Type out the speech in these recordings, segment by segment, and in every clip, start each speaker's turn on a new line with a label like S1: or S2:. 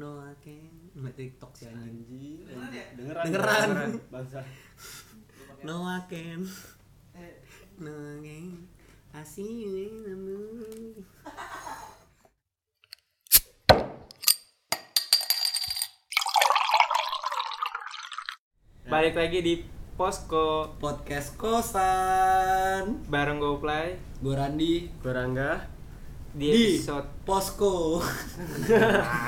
S1: No I can Nggak TikTok sih anjing
S2: Anjing, anjing. Dengeran.
S1: Dengeran.
S2: Bangsa.
S1: No I can
S3: Eh,
S1: No I can I see you in the moon
S4: Balik lagi di Posko
S1: Podcast kosan
S4: bareng GoPlay
S1: Gue Randi
S2: Berangga.
S4: di
S1: Di.
S4: episode
S1: Posko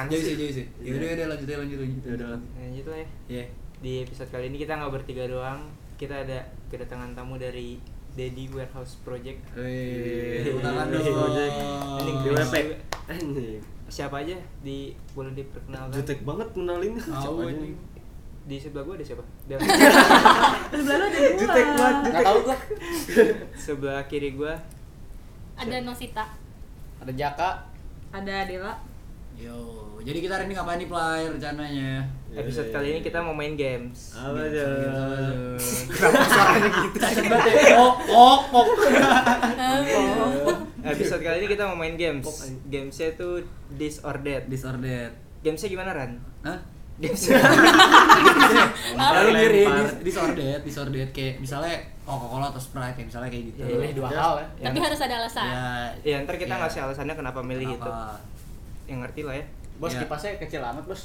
S1: Jauh sih jauh sih Yaudah yaudah lanjut aja lanjut lanjut
S2: Ya udah. lah.
S4: Nah, gitu ya.
S1: Iya
S4: Di episode kali ini kita nggak bertiga doang, kita ada kedatangan tamu dari Daddy Warehouse Project.
S2: Wih,
S1: Tepuk tangan
S2: Warehouse
S1: Eh, dong.
S2: Project.
S4: Anjing,
S2: DWP.
S4: siapa-
S2: Anjing.
S4: Siapa aja di boleh diperkenalkan?
S2: Jutek banget kenalin
S1: Tahu, anjing.
S4: Di sebelah gua ada siapa? Dan
S5: Sebelah lu ada gua.
S2: Jutek banget.
S5: Ada
S2: Enggak tahu gua.
S4: sebelah kiri gua
S5: Nosita.
S2: Ada Jaka.
S5: Ada Dela.
S1: Yo Jadi kita hari ini ngapain nih Play rencananya
S4: episode kali ini kita mau main games.
S2: Apa
S1: Iya,
S2: aja?
S1: Oh oh oh
S4: Episode kali ini kita mau main games. Gamesnya tuh This or That.
S1: Disordered
S4: Gamesnya gimana Ran?
S1: Hah?
S4: Gamesnya
S1: Lalu
S2: Iya. Lempar.
S1: diri dis- disordered, disordered kayak misalnya Coca-Cola atau Sprite kayak misalnya kayak gitu.
S4: Ya, ini
S2: dua hal ya.
S6: Iya.
S5: Tapi harus ada alasan.
S4: Ya ntar kita
S1: ya,
S4: ngasih gitu. alasannya kenapa milih itu.
S1: kenapa.
S4: Yang ngerti lah ya.
S1: Bos, Ya.
S2: kipasnya kecil amat, Bos.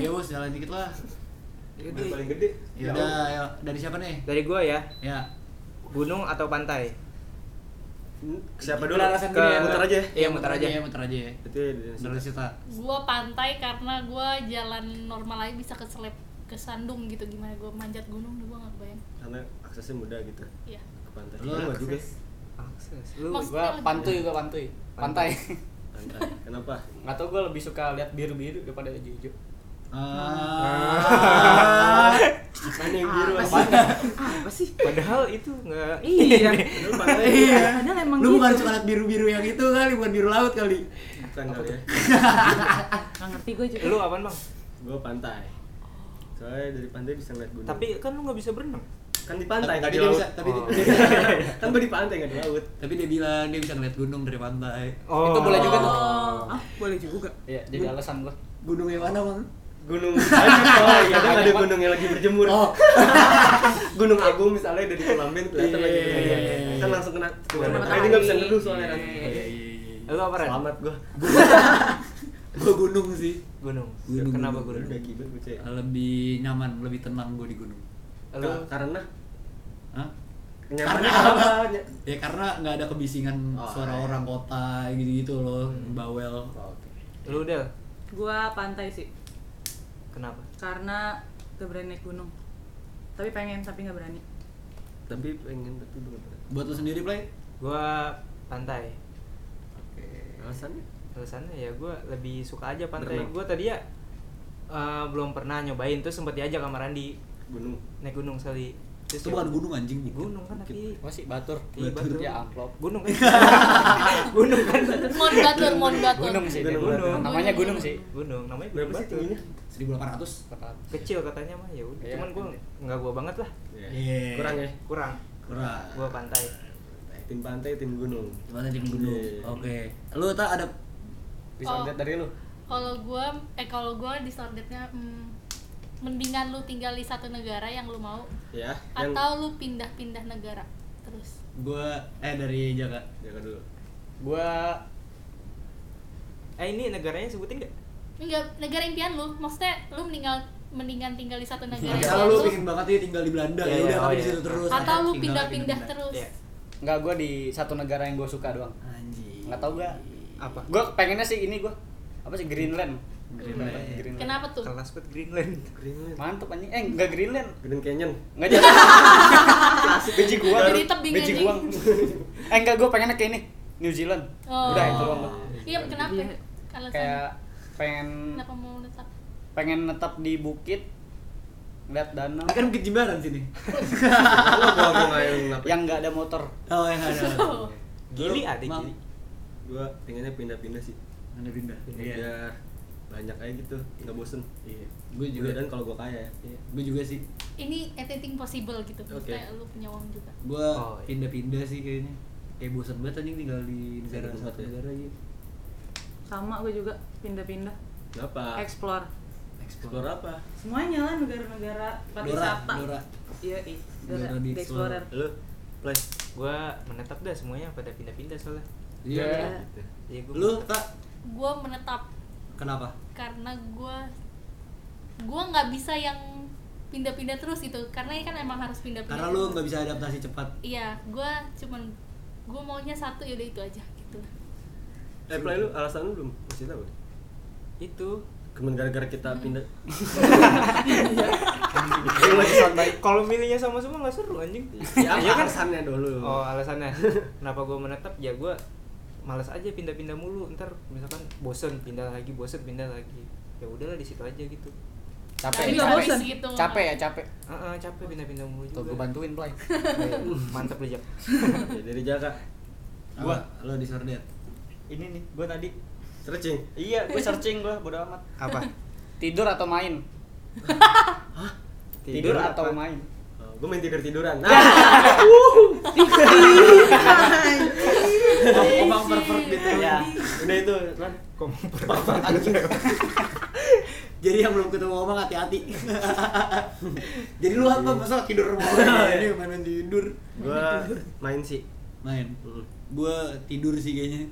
S1: Ya bos jalan dikit lah.
S2: Paling gede.
S1: Ya udah, ayo. dari siapa nih?
S4: Dari gua ya,
S1: Ya.
S4: gunung atau pantai?
S2: Siapa dulu?
S1: Kita alasan
S2: Ke
S1: gini ya.
S2: muter aja. ya?
S4: Iya, muter aja.
S1: Ya, muter aja. ya.
S2: Itu ya, di-
S1: Dari Sita.
S7: gue pantai karena gue jalan normal aja bisa keselip kesandung gitu gimana gue manjat gunung gue nggak kebayang
S2: karena aksesnya mudah gitu
S7: Iya.
S2: ke pantai.
S1: Lu
S2: Lu nggak juga?
S1: akses.
S4: Akses. Lu
S7: Maksudnya
S6: gua
S7: lebih-
S6: pantuy gua pantuy pantai
S2: Pantai. Kenapa?
S6: nggak tau gua lebih suka lihat biru biru daripada hijau hijau
S1: Ah.
S2: Mana yang biru
S6: apa
S4: apa sih? Padahal itu nggak iya.
S2: Lu pantai.
S1: Iya.
S5: Padahal emang
S1: Lu bukan
S5: gitu.
S1: suka liat biru-biru yang itu kali, bukan biru laut kali.
S2: Bukan kali ya.
S5: Nggak ngerti gue juga.
S4: Lu apaan bang?
S2: Gua pantai. Soalnya dari pantai bisa ngeliat gunung.
S4: Tapi kan lu nggak bisa berenang.
S2: kan di pantai nggak
S1: Tapi
S2: di
S1: dia
S2: laut. Oh.
S1: bisa- tapi dia-
S2: kan gua di pantai nggak di laut.
S1: Tapi dia bilang dia bisa ngeliat gunung dari pantai.
S4: Oh.
S6: Itu boleh juga tuh.
S1: Oh.
S5: Ah, boleh juga.
S2: Iya,
S6: ya jadi alasan gua
S1: Gunung yang mana, Bang?
S2: Gunung aja. Oh iya, kan ada
S6: Emang-
S2: gunung yang lagi berjemur.
S1: Oh.
S2: Gunung Agung misalnya dari Kelamen kelihatan lagi
S1: Iya,
S2: berjemur.
S1: iya, iya, iya.
S2: Kan langsung kena cuma
S6: Kena
S2: Tapi dia nggak bisa
S6: matahari.
S2: neduh soalnya kan.
S6: Iya,
S4: Lu apa Ran?
S2: Selamat gua.
S1: Gua gunung sih.
S4: Gunung.
S1: Gunung,
S4: Kenapa
S1: gunung,
S4: gunung?
S2: Udah gibet gua cuy.
S1: Lebih nyaman, lebih tenang gua di gunung.
S4: Lu
S2: Ka- Karena
S1: Hah?
S2: nyamannya apa?
S1: Ya karena nggak ada kebisingan
S2: Oh,
S1: suara
S2: iya. Hmm.
S1: orang kota gitu-gitu loh, bawel.
S2: Oh, Oke.
S4: lu Del?
S5: Gua pantai sih.
S4: Kenapa?
S5: Karena gak berani naik gunung. Tapi pengen tapi gak berani.
S2: Tapi pengen tapi belum pernah.
S1: Buat lu sendiri play?
S4: Gua pantai.
S2: Alasannya?
S4: Alasannya ya gua lebih suka aja pantai.
S2: Berenang.
S4: Gua tadi ya eh, belum pernah nyobain tuh sempet diajak sama Randi
S2: Gunung.
S4: naik gunung sekali. Terus
S1: Itu
S4: ya-
S1: bukan gunung anjing, bukit.
S4: gunung kan tapi
S6: gua sih batur
S4: Iya, batur.
S6: ya amplop
S4: gunung kan gunung kan
S7: mon batur mon batur
S6: gunung sih
S2: Gunung
S6: dia.
S2: Batur.
S6: namanya gunung sih
S4: gunung namanya gunung
S2: Berapa sih
S4: Batur.
S2: tingginya?
S1: 1800.
S4: kecil katanya mah ya udah
S6: Iya,
S4: cuman gua nggak gua banget lah
S1: Iya.
S2: Kurang ya?
S4: kurang
S1: Kurang.
S4: gua pantai
S2: Tim pantai, tim gunung.
S1: Gimana anjing gunung?
S2: Iya.
S1: Oke. Lu tak ada
S6: bisa
S7: Oh.
S6: lihat dari lu
S7: kalau gue eh kalau gue disordernya hmm, mendingan lu tinggal di satu negara yang lu mau
S2: Ya, yang
S7: atau lu pindah-pindah negara terus
S1: gua eh dari Jaga.
S2: jaga dulu.
S6: gua
S4: eh ini negaranya sebutin nggak
S7: enggak negara impian lu maksudnya lu mendingan mendingan tinggal di satu negara
S1: Kalau
S7: yang
S1: Iya, lu pingin banget ya tinggal di Belanda
S4: Iya,
S1: ya udah
S4: iya,
S1: tapi
S4: oh,
S1: di situ
S4: iya.
S1: terus.
S7: atau lu
S1: Tinggal
S7: pindah-pindah
S1: pindah.
S7: terus
S4: Iya.
S6: nggak gua di satu negara yang gua suka doang
S1: Anjing.
S6: nggak tau gua
S4: apa
S6: gua pengennya sih ini gua apa sih Greenland
S1: Greenland.
S6: Greenland.
S7: kenapa tuh
S4: kelas buat Greenland
S2: Greenland.
S6: mantep anjing eh nggak Greenland
S2: Green Canyon.
S6: nggak jadi beji gua
S7: Jadi tebing
S6: beji
S7: anjing.
S6: gua eh enggak gua pengennya kayak ini New Zealand
S7: Oh.
S6: udah itu doang gua.
S7: iya kenapa
S5: Iya.
S7: alasannya
S6: kayak pengen
S7: kenapa mau tetap
S6: pengen netap di bukit lihat danau
S1: Ini kan Bukit Jimbaran sini.
S2: Gua gua gua ngapain.
S6: yang nggak ada motor
S1: Oh, yang ada. Lu,
S4: gili ada
S1: Mang.
S4: gili
S2: Gua pengennya pindah-pindah sih.
S1: Ada pindah. Iya.
S2: Biar banyak aja gitu, nggak bosen. Iya.
S1: Gua juga.
S2: dan kalau gua kaya ya.
S1: Gue juga sih.
S7: ini everything possible gitu
S2: Oke.
S7: kayak lu punya uang juga
S1: Gue
S4: Oh, iya.
S1: pindah-pindah sih kayaknya. Kayak bosan banget anjing tinggal di negara iya.
S2: Bosan banget
S1: satu
S2: ya.
S1: negara aja.
S5: Sama gue juga pindah-pindah.
S2: Kenapa?
S5: Explore.
S2: Explore apa?
S5: Semuanya lah negara-negara pariwisata.
S1: Dora,
S5: Iya, ih.
S1: Dora
S5: Dora,
S1: di
S5: The Explorer.
S2: Lu, play.
S4: gue menetap dah semuanya pada pindah-pindah soalnya
S1: Iya.
S5: Iya.
S1: gitu.
S4: jadi gua
S2: Lu, Kak,
S7: gue menetap
S1: Kenapa?
S7: karena gue gue nggak bisa yang pindah-pindah terus gitu karena ini kan emang harus pindah-pindah
S1: Karena lu
S7: terus.
S1: nggak bisa adaptasi cepat.
S7: iya gue cuman gue maunya satu ya udah itu aja gitu
S2: eh play lu alasan lu belum masih tahu.
S4: itu
S2: Kemudian gara-gara kita pindah
S6: Lu lagi santai.
S4: kalau milihnya sama semua nggak seru anjing
S2: Ya apa alasannya dulu? Iya,
S4: oh alasannya kenapa gue menetap ya gue malas aja pindah-pindah mulu ntar misalkan bosen pindah lagi bosen pindah lagi ya udahlah di situ aja gitu
S7: Tapi
S6: Capek.
S5: Tapi nggak
S7: habis
S5: bosen.
S7: gitu
S6: Capek ya, capek.
S4: Ah, ah, capek pindah-pindah mulu juga
S6: Tuh gue bantuin
S4: Eh,
S6: play.
S4: mantep lu Jak.
S2: Ya, dari Jaka.
S1: Gua lu disorder.
S3: ini nih gue tadi
S2: Stretching.
S3: iya gue searching gue bodo amat
S1: Apa?
S6: Tidur atau main? Tidur, atau
S2: apa?
S6: main?
S2: Oh, gue main tidur tiduran. Nah,
S1: Abang pervert gitu.
S3: ya
S2: udah itu. Lan.
S1: Jadi yang belum ketemu abang hati-hati. Jadi lu apa masa tidur mulu? Ini mainan tidur.
S2: Gue main sih.
S1: Main.
S2: Mm.
S1: Gua tidur sih kayaknya.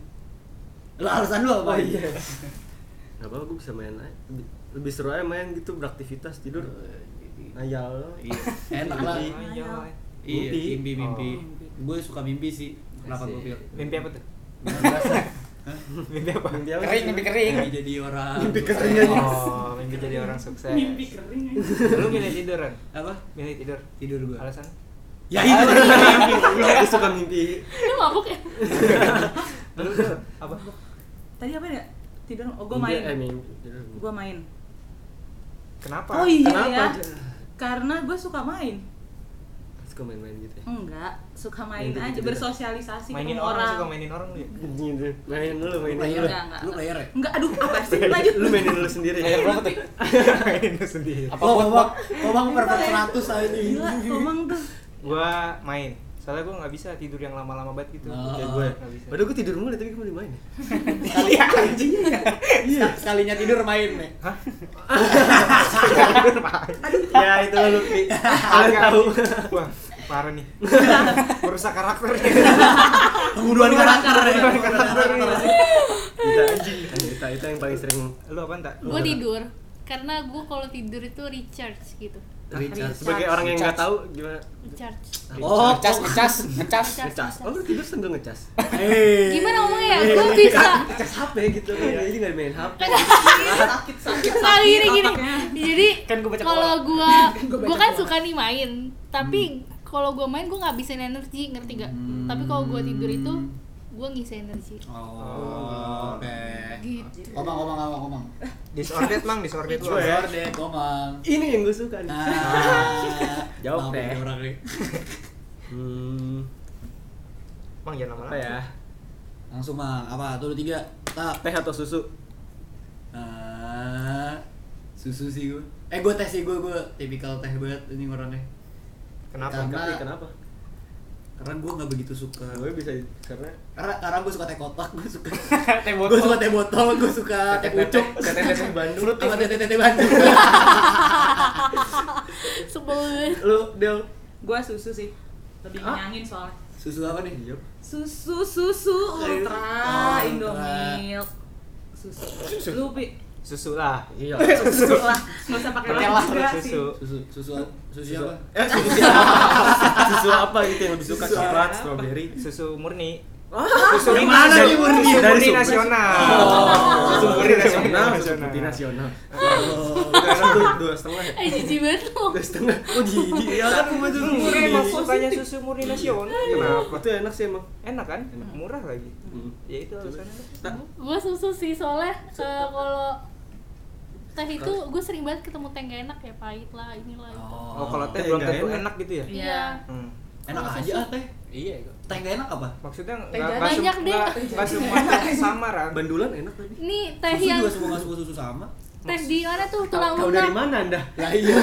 S1: Lu alasan lu apa?
S2: Gak apa-apa gue bisa main aja. Lebih, lebih seru aja main gitu beraktivitas tidur. Ayal.
S1: Iya. Enak lah.
S4: Ah, iya, lah.
S1: Nah, Iya,
S2: Mimpi.
S1: mimpi mimpi.
S4: Oh.
S1: Gue suka mimpi sih. Kenapa gue pilih?
S4: mimpi apa tuh mimpi apa
S2: Mimpi apa?
S6: Kering,
S2: sih?
S6: mimpi kering.
S4: Iya.
S1: Mimpi jadi orang.
S2: Mimpi
S1: sukses.
S2: kering aja.
S4: oh mimpi jadi orang sukses
S5: Mimpi kering ya. aja.
S4: lu milih tiduran
S1: Apa?
S4: milih tidur
S1: Tidur gue.
S4: alasan
S1: Ya itu.
S2: Gue suka mimpi.
S7: lu mabuk ya
S4: lu Del, apa
S5: Tadi apa ya? Tidur. Oh, gue
S2: Mimpi, Eh,
S5: main.
S2: mimpi. tidur.
S5: Gue main.
S4: kenapa
S5: Oh iya
S2: Kenapa?
S5: ya. Karena gue suka main.
S2: Suka main-main gitu ya.
S5: Enggak, suka main
S2: Main
S5: aja
S2: gitu-gitu.
S5: bersosialisasi
S4: mainin
S5: ketemu
S4: orang,
S5: orang.
S4: suka mainin orang lu ya
S2: Gitu. Main dulu, main
S1: Player
S2: dulu.
S5: Enggak, enggak.
S1: Lu player ya?
S5: Enggak, aduh, apa sih? Lanjut.
S2: Lu mainin dulu sendiri.
S6: Player berapa tuh?
S4: mainin lu sendiri
S6: Apa
S1: Oh,
S6: bot
S1: Komang,
S6: bot?
S1: Komang per 100 aja ini.
S5: Gila, komang tuh.
S4: gua main soalnya gua nggak bisa tidur yang lama-lama banget gitu
S1: Oh.
S2: Kayak gue.
S4: Nggak bisa.
S2: Padahal gue tidur mulu tapi gue mau main.
S6: Iya anjing. Sekalinya tidur main nih.
S2: ya itu lu Pi.
S4: Kalian tahu wah parah nih merusak karakter
S1: Pembunuhan karakter ya.
S2: kita anjing kita itu yang paling sering
S4: lu apa tak
S7: gue tidur karena gue kalau tidur itu recharge gitu
S1: Richard.
S2: sebagai orang yang nggak tahu gimana
S7: recharge
S1: Oh,
S6: ngecas, ngecas, ngecas.
S2: ngecas oh lu tidur sambil ngecas
S1: Hey.
S7: gimana ngomongnya ya gue bisa
S2: ngecas HP gitu jadi nggak main HP
S5: Sakit, sakit.
S7: Nah, gini gini.
S5: otaknya.
S7: Jadi
S6: Kan gua baca
S7: kalau gua gua kan suka nih main, tapi kalau gua main gua ngabisin energi, ngerti gak? Tapi kalau gua tidur itu gua ngisi energi.
S1: Oh, oke.
S7: Gitu.
S1: Komang, komang, komang, komang.
S4: disordered mang disordered lu
S2: Gue.
S1: Keluar deh, komang.
S2: ini yang gue suka nih
S1: Nah,
S2: Jawab
S1: maaf
S2: deh.
S1: ya orang nih.
S2: hmm
S4: mang jangan
S2: apa
S4: lama-lama
S2: ya
S1: Langsung mah apa? Tuh tiga. Tak.
S2: teh atau susu
S1: Ah, susu sih gue. Eh gue teh sih gue gue tipikal teh banget ini orangnya.
S4: kenapa
S1: Karena-
S2: tapi kenapa Nah,
S1: Karena gue nggak begitu suka.
S2: gue bisa karena
S1: Karena karena gue suka teh kotak, gue suka.
S6: Teh
S1: gue suka
S6: botol.
S1: teh botol, gue suka teh pucuk.
S2: teteh Bandung
S1: Sama teh teh teh Bandung.
S7: Sebel.
S2: lu del
S5: Gua susu sih. Lebih
S2: Hah?
S5: nyangin soalnya.
S1: Susu apa nih?
S5: Susu, susu,
S1: Oh,
S5: ultra,
S1: Ultra.
S5: indomilk. Susu. Lu, Pi.
S4: susu lah
S2: iya
S5: Susu lah. Nggak usah pakai
S6: Pakai
S5: lah
S6: lah,
S5: juga sih.
S4: susu
S1: Susu susu susu apa?
S2: eh susu siapa? susu apa gitu yang lebih suka
S1: Susu
S2: coklat strawberry
S4: susu murni
S1: Susu
S4: dari
S1: mana
S4: Susu-
S1: nih murni?
S4: dari
S2: Sumber.
S4: nasional
S2: Oh, susu putih nasional
S4: Nasional.
S2: susu putih nasional
S1: Oh.
S2: satu dua setengah ya?
S7: Eh jijik banget lu.
S2: dua setengah oh jijik ya kan aku baca dulu
S4: murni emang sukanya susu murni nasional
S2: Iya.
S4: kenapa
S2: itu enak sih emang
S4: enak kan murah lagi
S2: Hmm.
S4: ya itu alasannya
S7: Gua susu sih soalnya eh, kalau teh itu gue sering banget ketemu teh gak enak ya pahit lah inilah itu.
S4: oh kalau teh
S2: Teh
S4: belum
S2: nggak
S4: tentu
S2: enak.
S4: enak gitu ya
S7: Iya.
S4: Hmm.
S1: Enak aja ah teh.
S6: Iya.
S1: Teh gak enak apa?
S4: maksudnya
S5: Teh
S4: nggak
S5: jahe.
S7: Banyak deh.
S4: nggak semua teh sama Ran.
S2: bandulan enak tadi
S7: Ini teh
S1: Susu
S7: yang
S1: juga semua gak suka susu sama.
S7: teh di mana tuh tulang
S2: tahu dari
S7: lunak.
S2: mana anda
S1: Lah iya.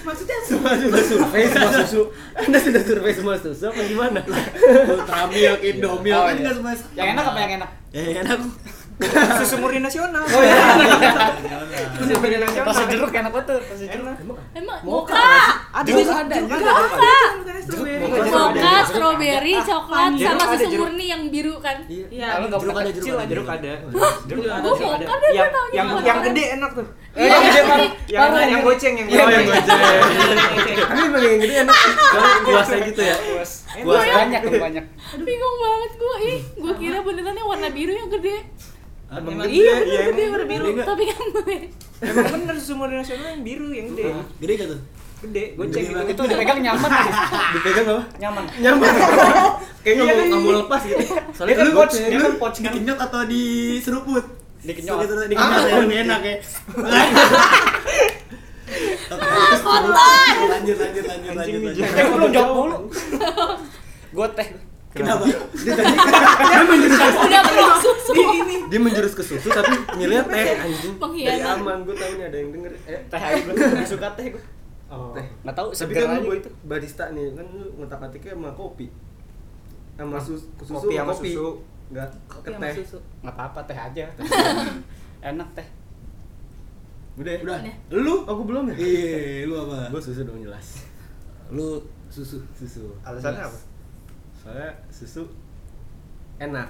S5: Maksudnya
S2: semua sudah survei semua susu anda sudah survei semua susu apa gimana
S1: Ultramilk, Indomilk
S6: Oh,
S1: kan
S6: iya.
S1: gak semua sama.
S6: Yang enak apa yang enak?
S1: Ya, yang enak.
S4: susu murni nasional
S6: Oh iya.
S4: susu murni nasional
S6: Rasa jeruk enak banget tuh, rasa jeruk.
S4: enak
S7: Emang moka,
S4: ada
S6: Jeruk
S4: ada
S6: ada,
S4: juga
S6: jeruk
S4: ada
S5: bukannya strawberry.
S6: Jeruk
S4: Jeruk
S7: moka,
S4: ada.
S7: stroberi, coklat,
S4: Jeruk
S7: sama
S4: ada,
S7: susu
S4: jeruk.
S7: murni yang biru kan.
S5: Iya.
S6: Kalau nggak
S1: Jeruk
S6: pernah
S1: ada,
S6: kecil
S4: Kecil
S6: aja.
S4: ada, jeruk ada jeruk
S7: Gua
S4: ada
S7: mau
S4: jeruk ada
S7: kan, gua
S4: yang
S7: taunya
S4: yang
S7: mau
S4: yang
S7: kan.
S4: gede enak tuh
S6: Eh,
S7: Iya.
S6: yang gede parah.
S4: yang
S6: Parah,
S4: yang
S6: ini.
S4: goceng yang
S6: Iya, yang
S2: Tapi emang yang gede enak sih. Karena puasa gitu ya.
S6: Puas banyak tuh banyak.
S7: Bingung banget gua, ih, gua kira beneran yang warna biru yang gede.
S2: Emang
S4: Emang
S2: gede,
S4: iya,
S2: iya,
S4: bener,
S2: emang
S4: gede, warna biru.
S2: gede.
S7: Tapi kan gue
S4: Emang bener susu murni nasional yang biru, yang gede.
S1: Gede gak tuh?
S4: Gede,
S1: Gede
S4: goceng gitu.
S1: banget.
S6: Itu dipegang nyaman sih.
S2: Dipegang apa?
S6: Nyaman.
S2: Nyaman. Kayaknya nggak
S4: Iya,
S2: mau-
S4: iya.
S2: nggak mau lepas gitu. Soalnya
S6: Dia kan
S2: lu-
S6: coach, dia
S2: lu-
S6: kan coach kan.
S1: Dikenyot atau diseruput?
S6: Dikenyot.
S1: Gitu, Dikenyot ya, lebih enak ya. Oke, terus Lanjut, lanjut, lanjut, lanjut, lanjut.
S6: Eh, gua belum jawab mulu. Gue teh.
S1: Kenapa? Dia tadi dia menjurus ke
S7: udah belum susu.
S2: Dia menjurus ke susu tapi milih teh anjing.
S7: Pengkhianat.
S2: Dari aman gue tahu nih ada yang denger. Eh,
S6: Teh aja gue. Lebih suka teh gue.
S2: Oh. Teh.
S6: Nggak tahu,
S2: Tapi
S6: seger
S2: kan
S6: aja
S2: lu buat
S6: gitu.
S2: barista nih, kan lu ngotak atiknya sama kopi. Sama susu,
S4: Kopi
S2: susu
S4: sama susu.
S2: Enggak, ke
S5: Kopi sama
S2: teh.
S5: susu.
S6: Nggak apa-apa teh aja. Enak teh.
S2: Udah ya?
S1: Udah.
S2: Lu? Aku belum ya?
S1: Iya, lu apa?
S2: Gue susu dong jelas.
S1: Lu susu.
S2: Susu.
S4: Alasannya apa?
S2: Soalnya susu enak.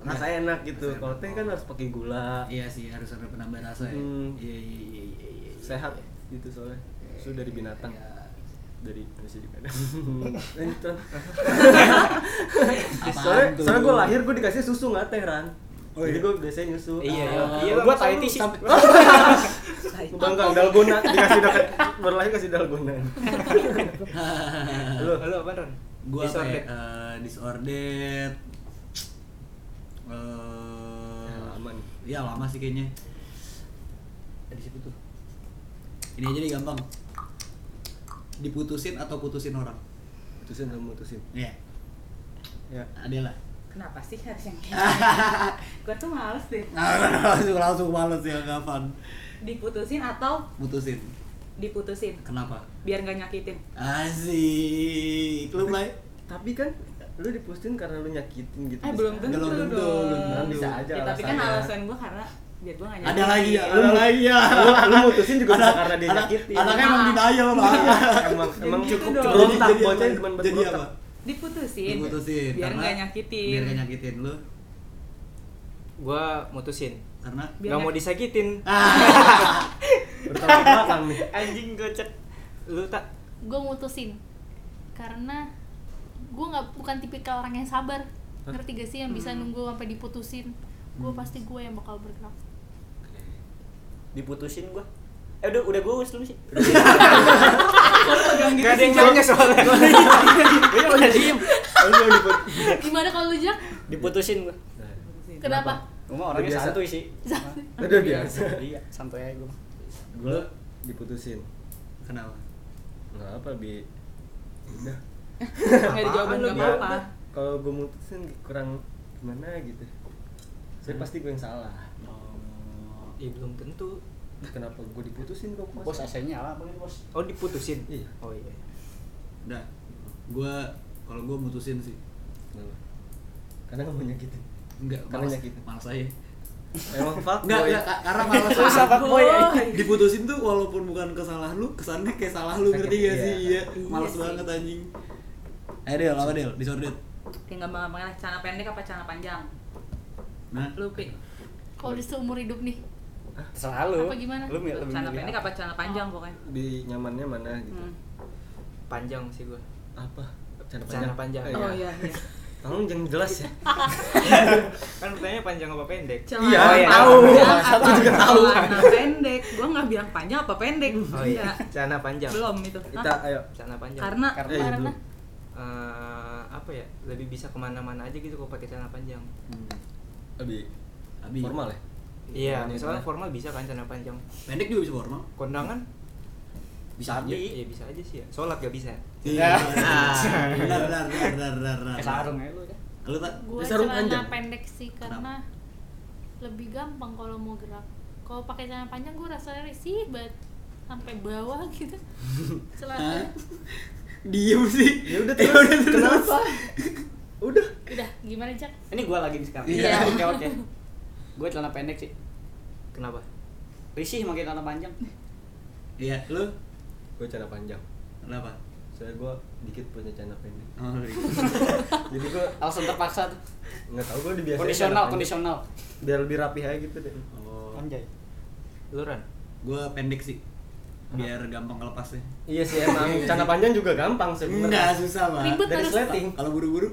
S2: Rasanya enak gitu.
S1: Rasanya
S2: Kalau
S1: Nah, enak.
S2: teh kan harus pakai gula.
S1: Iya sih, harus ada penambah rasa ya.
S2: Hmm.
S1: Iya, iya, iya, iya, iya.
S2: Sehat gitu soalnya. Susu dari binatang.
S1: Iya.
S2: Dari manusia juga ada. Lanjut Ran. Eh,
S1: Apaan
S2: Soalnya,
S1: tuh?
S2: soalnya gue lahir gue dikasih susu nggak teh Ran.
S1: Oh,
S2: Jadi
S1: iya.
S2: gue biasanya nyusu.
S4: Iya,
S2: Ah.
S4: iya.
S6: Gue
S4: masa
S6: tai
S4: lu
S6: sih.
S4: sampai-
S2: Bangga dalgona dikasih deket baru lahir kasih dalgona.
S4: Halo, halo apa Ron?
S1: Gua apa ya? Eh,
S4: Disordered.
S1: disordered. Eh,
S2: Ya, lama nih.
S1: Iya, lama sih kayaknya. Di situ tuh. Ini aja deh gampang. Diputusin atau putusin orang.
S2: Putusin sama mutusin.
S1: Iya.
S2: Ya.
S1: Ada lah.
S5: Kenapa sih harus yang kayak gini? Gua tuh males deh.
S1: langsung langsung males ya kapan
S5: Diputusin atau
S1: putusin
S5: diputusin
S1: kenapa
S5: biar nggak nyakitin.
S1: asik lu mulai
S2: Tapi kan lu diputusin karena lu nyakitin gitu.
S5: Eh belum tentu
S1: Belum tentu,
S5: dong.
S1: belum tentu.
S2: Bisa aja
S5: Ya, tapi kan
S2: alasannya.
S5: alasan gua karena biar gua nggak nyakitin.
S1: ada lagi ya
S2: Lu-
S1: ada lagi ya
S2: Lu, lu mutusin juga bisa
S1: Anak-
S2: karena dia
S1: anak-
S2: nyakitin.
S1: anaknya emang denial lah
S2: emang emang
S5: gitu
S2: cukup
S5: dong.
S2: berontak
S1: Jadi- jadi
S2: bocah
S1: apa?
S2: cuma buat
S1: jadi apa
S2: berontak.
S5: Diputusin.
S1: diputusin
S5: Biar
S1: karena-
S5: nggak nyakitin.
S1: biar nggak nyakitin lu
S4: Gua mutusin.
S1: karena Ah!
S5: Biar
S4: Gak mau
S5: nyak-
S4: disakitin.
S2: Bertolak belakang nih.
S6: Anjing gocek.
S4: Lu tak
S7: gue mutusin karena gue nggak bukan tipikal orang yang sabar ngerti gak sih yang bisa nunggu sampai diputusin gue pasti gue yang bakal bergerak
S6: Diputusin gue. Eh udah, udah gue dulu sih.
S4: Gak ada yang nanya soalnya.
S6: Gue Iya, udah diem.
S1: Oh,
S2: Lu
S1: iya,
S2: yang diput-
S7: gimana kalau lu Jak?
S6: Diputusin gue.
S2: Nah,
S7: kenapa
S6: Gue mah orangnya
S2: Biasa.
S6: santuy sih.
S2: Udah biasa.
S6: Iya, santuy aja gue.
S2: Gue diputusin.
S1: kenapa
S2: Enggak apa bi. Udah.
S5: Nggak ada jawaban
S4: Apaan
S5: nggak
S4: lu,
S5: apa-apa.
S2: Kalau gue mutusin kurang gimana gitu. Saya pasti gue yang salah.
S4: Iya belum tentu.
S2: Kenapa gue diputusin kok
S6: Bos AC-nya nyala apa nih, bos?
S4: Oh diputusin.
S2: Iya.
S4: Oh iya.
S1: udah gue kalau gue mutusin sih
S2: Kenapa? Karena gak mau nyakitin
S1: enggak
S2: Karena
S1: malas gitu,
S2: nyakitin.
S1: malas aja
S2: Emang fuck
S1: enggak
S2: boy.
S1: enggak ka- karena malas
S6: Lu
S1: aja.
S6: siapa boy?
S1: diputusin tuh walaupun bukan kesalahan lu kesannya kayak salah lu
S2: Sakit,
S1: ngerti gak
S2: iya.
S1: sih iya
S5: Iya
S1: males
S5: sih.
S1: banget anjing eh Del apa Del disordered
S5: Kayak nggak mau ngapain lah, celana pendek apa celana panjang?
S1: nah
S5: Lu pik.
S7: kalau di seumur hidup nih
S6: Selalu.
S7: Apa gimana?
S6: Lu mi- lebih
S5: Celana
S6: milih
S5: pendek
S6: apa?
S5: apa celana panjang pokoknya.
S2: Di nyamannya mana gitu
S5: Hmm.
S4: Panjang sih gua.
S2: Apa? Canda panjang,
S4: Celana panjang.
S2: Eh,
S5: Oh iya, iya.
S2: Tolong jangan jelas ya
S4: Kan pertanyaannya panjang apa pendek?
S5: Celana
S2: Iya,
S5: panjang
S2: tahu.
S5: apa
S2: Aku juga tahu.
S5: celana pendek. Gua nggak bilang panjang apa pendek.
S4: Oh iya. Celana panjang.
S5: Belum itu.
S2: Kita
S5: Hah?
S2: ayo
S4: Celana panjang.
S5: Karena
S2: Eh,
S6: Karena
S7: karena
S4: Eh, apa ya? Lebih bisa kemana-mana aja gitu kalau pakai celana panjang.
S2: Abi
S1: Abi.
S2: Formal ya?
S4: Iya,
S2: Ini
S4: misalnya
S2: gimana?
S4: formal bisa kan celana panjang.
S1: pendek juga bisa formal
S4: Kondangan?
S6: bisa
S4: Ya,
S6: abi.
S4: ya bisa aja sih ya. Sholat gak bisa.
S1: iya benar benar benar benar benar
S6: Kayak sarung ya? aja lu udah.
S1: lu tak
S7: gue
S2: Bisa sarung
S7: celana
S2: panjang?
S7: pendek sih karena lebih gampang kalau mau gerak kalau pakai celana panjang gue rasanya risih banget sampai bawah gitu
S1: Hah?
S7: celana
S1: diem sih
S2: Ya udah
S1: Ya
S2: terus Kenapa? Udah
S7: udah gimana Jak?
S6: Ini gua lagi nih sekarang.
S1: Iya.
S6: Oke oke. Gue celana pendek sih.
S4: Kenapa?
S6: Risih makin celana panjang.
S1: Iya, lu
S2: gue celana panjang
S1: kenapa?
S2: soalnya gue dikit punya celana pendek
S1: Oh, iya.
S2: jadi gue
S6: Alasan terpaksa tuh.
S2: nggak tahu gue dibiasain
S6: Kondisional,
S2: Iya, celana panjang.
S6: kondisional.
S2: biar lebih rapi aja gitu deh
S1: oh,
S6: Anjay.
S4: Lu Ran?
S1: gue pendek sih. Biar gampang ya. kelepasnya.
S2: iya sih emang celana panjang juga gampang
S1: Enggak
S2: sebenarnya
S1: susah banget.
S7: Ribet
S2: dari
S7: harus-
S2: sleting
S1: Kalau buru-buru,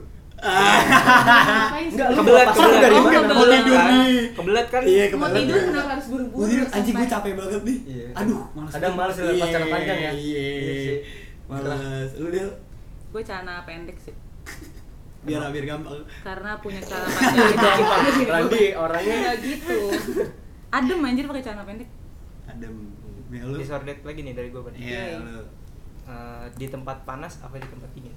S7: Ngapain sih?
S2: enggak lu
S4: Kebelet,
S2: lepas lu
S4: kebelet.
S2: dari
S4: Oh,
S2: mana
S4: kebelet.
S1: mau tidur nih.
S4: Kebelet kan?
S1: Iya,
S5: Mau
S1: kebelet
S5: tidur
S1: gue.
S5: kenapa harus buru-buru?
S1: Gue tidur, anjing gue
S5: sampai-
S1: capek banget nih.
S2: Iya.
S1: Aduh, malas.
S2: Kadang
S1: tidur.
S2: malas lihat
S1: Iya,
S2: pacaran panjang ya.
S1: Iya.
S2: Iya sih.
S1: Malas. Lu dia
S5: Gue celana pendek sih.
S1: biar biar gampang.
S5: Karena punya celana panjang.
S6: iya.
S2: Randi orangnya
S5: Enggak gitu. Adem anjir pakai celana pendek.
S1: Adem. Ya, lu.
S4: Disordered lagi nih dari gue Ban. ya.
S1: Iya, lu.
S4: Eh, di tempat panas apa di tempat dingin?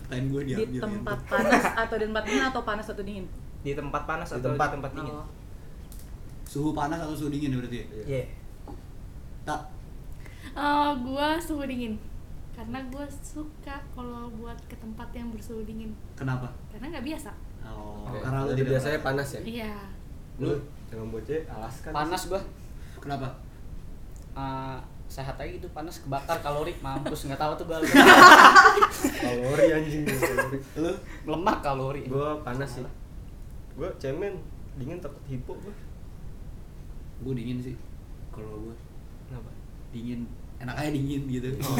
S1: Pertanyaan ya. gue dia
S5: Di tempat panas atau di tempat dingin atau panas atau dingin?
S4: Di tempat panas
S2: Di
S4: atau
S2: tempat.
S4: di tempat dingin?
S5: Oh.
S1: Suhu panas atau suhu dingin ya berarti? ya?
S2: Iya.
S4: Iya.
S1: Tak.
S7: Eh, gua suhu dingin karena gua suka kalau buat ke tempat yang bersuhu dingin
S1: Kenapa?
S7: karena nggak biasa
S1: Oh,
S2: Oke,
S1: karena lu
S2: jadi
S1: tidak
S2: biasanya
S1: merasa.
S2: panas ya
S7: iya
S2: lu jangan bocah alaskan
S6: Panas gua.
S1: Kenapa?
S6: Eh, sehat aja gitu panas kebakar kalori mampus nggak tahu tuh gua
S2: kalori anjing kalori
S1: Lu
S6: lemak kalori
S2: gue panas sih gue cemen dingin takut hipo gue
S1: gue dingin sih. Kalau gue
S4: Kenapa?
S1: dingin enak aja dingin gitu.
S2: Oh.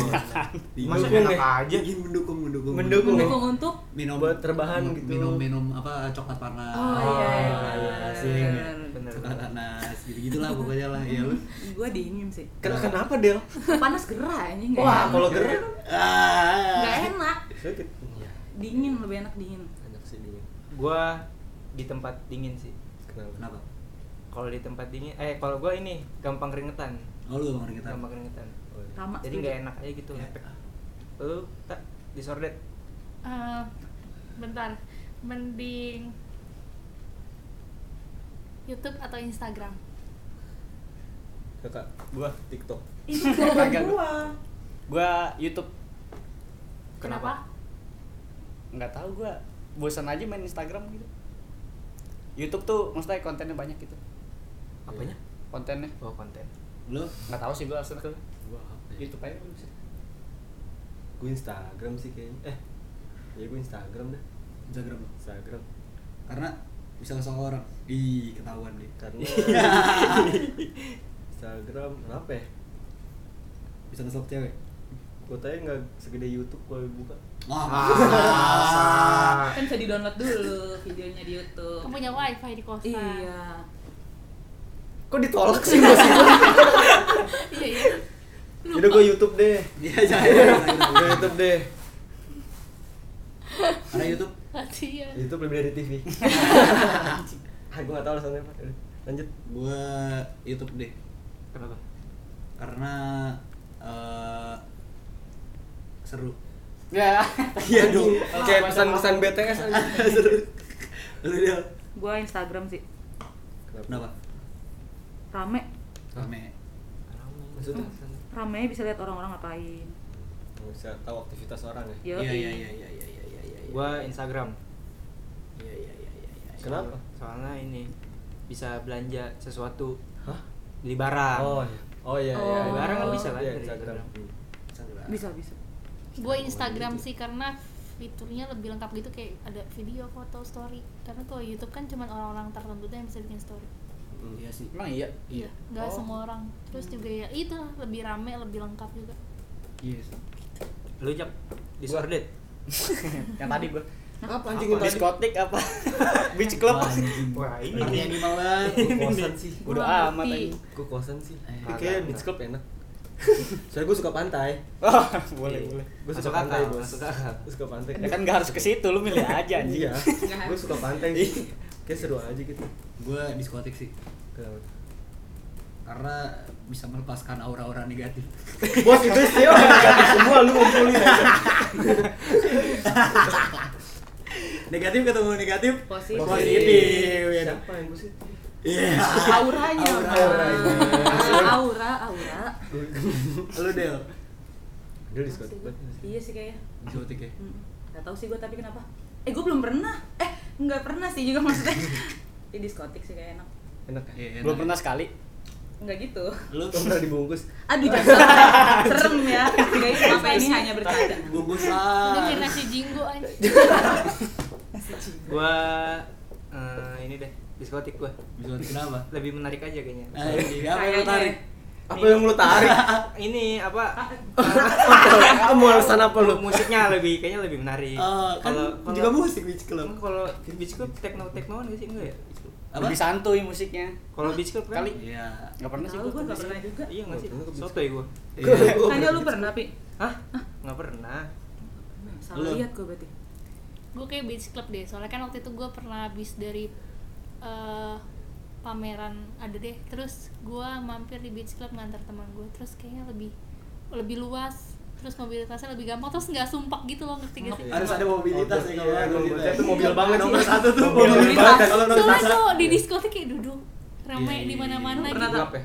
S4: Maksudnya enak aja.
S1: Dingin mendukung mendukung.
S2: Mendukung.
S5: Mendukung untuk
S1: Minum
S2: Buat rebahan gitu.
S1: Minum minum apa coklat panas.
S5: Oh iya.
S2: iya,
S5: iya,
S2: iya.
S5: iya.
S4: Bener.
S1: Coklat panas gitu-gitulah pokoknya lah. Ya lu.
S5: Gue dingin sih.
S2: Ken kenapa Del
S5: Panas gerah anjing. ya. nggak
S2: wah
S5: enak.
S6: Gitu.
S2: kalau gerak
S5: nggak
S1: Ah.
S5: enak.
S2: sakit iya
S5: Dingin lebih enak dingin.
S2: enak sih dingin
S4: Gua di tempat dingin sih.
S2: kenapa
S1: Kenapa?
S4: Kalau di tempat dingin, eh kalau gua ini gampang keringetan,
S1: Oh lu ngomongin kita.
S4: gampang keringetan.
S2: Oh, iya.
S5: Sama.
S4: Jadi nggak enak aja gitu.
S1: Ya.
S4: ngepek. Lu tak disordered?
S7: Eh, bentar mending YouTube atau Instagram
S2: kakak gua TikTok
S6: Kagak gua. Gua YouTube
S7: kenapa,
S6: nggak tahu gua bosan aja main Instagram gitu. YouTube tuh maksudnya kontennya banyak gitu.
S4: Apanya?
S2: Iya.
S6: Kontennya
S4: Oh konten.
S1: Lu
S6: nggak tahu sih gua alasan ke
S2: gua apa ya?
S6: YouTube aja. gua bisa.
S2: gua Instagram sih kayaknya eh ya gua Instagram dah
S1: Instagram lu.
S2: Instagram
S1: Karena bisa ngesong orang. Ih, ketahuan deh.
S2: karena Instagram kenapa ya
S1: Bisa ngesok cewek.
S2: kuotanya nggak segede YouTube kalau dibuka
S1: Wah,
S5: Kan bisa di download dulu videonya di YouTube.
S7: kamu punya wifi di kosan
S5: Iya.
S2: kok ditolak sih gua sih
S7: iya iya.
S2: udah gua YouTube deh
S1: Iya, jangan.
S2: udah YouTube deh
S1: Karena YouTube
S7: Latihan.
S2: YouTube lebih dari TV ah gua nggak tahu alasannya apa Udah, lanjut
S1: gue YouTube deh
S4: Kenapa?
S1: karena eh, seru
S6: Ya.
S1: iya dong
S2: kayak pesan-pesan BTS aja
S1: seru lu dia
S5: Gue Instagram sih.
S1: kenapa
S5: Rame.
S1: rame
S2: maksudnya
S5: Ramenya bisa lihat orang-orang ngapain.
S2: nggak bisa tahu aktivitas orang ya
S1: iya
S5: Yoi.
S1: iya iya iya iya iya iya iya
S4: Gua Instagram.
S1: iya iya iya iya iya
S2: Kenapa?
S4: Soalnya ini bisa belanja sesuatu,
S2: hah
S4: beli barang.
S2: oh iya oh iya iya
S5: Oh.
S4: Beli barang kan bisa kan?
S2: Iya,
S4: dari
S2: Instagram
S1: Instagram.
S5: Bisa bisa.
S7: gue Instagram sih karena fiturnya lebih lengkap gitu kayak ada video, foto, story. Karena kalau YouTube kan cuma orang-orang tertentu tuh yang bisa bikin story.
S2: Hmm.
S1: iya sih
S6: Emang iya.
S1: iya
S7: Gak
S6: Oh.
S7: semua orang. Terus juga ya itu lah, lebih rame, lebih lengkap juga.
S1: iya sih
S4: Lu jak disordered?
S6: Yang tadi gua.
S1: apa
S6: Anjing
S1: anjing
S6: apa? Diskotik apa? Beach club.
S4: Wah, ini
S1: ini
S4: nih.
S1: animal banget
S2: Gua kosan sih
S6: Bodo
S5: Gua
S6: amat
S5: ngerti.
S6: anjing.
S2: gua kosan sih
S1: Kagak,
S2: kayak beach club enak soalnya gua suka pantai Iya.
S6: Oh, boleh boleh.
S2: gua suka
S4: Masuk
S2: pantai
S4: akal,
S2: bos
S4: masuk akal.
S2: gua suka pantai
S6: Ya kan nggak harus ke situ lu milih aja anjing.
S2: iya
S5: Nggak
S2: gua suka pantai sih kayak seru aja gitu
S1: gue diskotik sih
S2: Kenapa?
S1: karena bisa melepaskan aura-aura negatif
S2: bos itu sih orang negatif semua lu ngumpulin aja
S1: negatif ketemu negatif
S5: Positif.
S1: positif ya dong.
S2: siapa yang positif
S1: Iya.
S5: Auranya.
S1: Aura.
S5: Auranya. Aura, aura.
S1: Lu Del,
S2: dia diskotik banget
S5: Iya sih kayaknya.
S1: diskotik ya?
S5: Mm. Gak tau sih gue tapi kenapa? Eh gue belum pernah. Eh nggak pernah sih juga maksudnya. Di diskotik sih kayak enak.
S2: Enak kan?
S1: Iya,
S6: Belum
S1: enak.
S6: pernah sekali.
S5: Enggak gitu.
S2: Lu pernah dibungkus?
S5: Aduh jangan sampai. serem ya. Guys, apa ini hanya bercanda.
S1: bungkus
S7: Udah
S1: lah
S7: kayak nasi jinggo aja.
S4: gua eh, ini deh diskotik gua
S1: bisa kenapa
S4: lebih menarik aja kayaknya
S1: Ah, ini apa yang
S5: Kayaknya.
S1: lu tarik
S2: Apa yang lu tarik?
S4: ini apa
S2: Kamu alasan apa lu? Oh,
S4: musiknya lebih kayaknya lebih menarik
S1: Eh, kan juga musik beach
S4: Emang
S1: club
S4: kalau beach club tekno teknoan gak sih enggak ya
S1: Apa?
S6: Lebih santuy musiknya.
S4: kalau beach club kan
S6: Kali.
S1: iya
S6: Gak pernah sih
S5: Tahu Oh, gua
S6: gua.
S5: enggak pernah juga.
S4: iya nggak sih
S2: Nggak pernah ke beach
S4: sotoy gua
S5: Tanya lu pernah, Pi?
S4: hah nggak pernah
S5: Salah
S1: Belum.
S5: lihat gua berarti.
S7: gue kayak beach club deh soalnya kan waktu itu gue pernah habis dari eh, pameran ada deh terus gue mampir di beach club ngantar teman gue terus kayaknya lebih lebih luas terus mobilitasnya lebih gampang terus nggak sumpak gitu loh ngerti gak sih
S1: harus ada mobilitas ya kalau
S2: Iya,
S1: ada
S2: mobilitas.
S1: gitu.
S2: Itu mobil banget sih.
S1: nomor satu tuh
S2: Mobil
S1: mobil
S5: banget.
S1: banget kalau nomor
S7: soalnya
S1: satu
S7: tuh di diskotik kayak duduk ramai
S1: Iya,
S7: di
S1: iya,
S7: mana-mana
S5: iya.
S7: gitu
S5: Pernah
S4: Gelap ya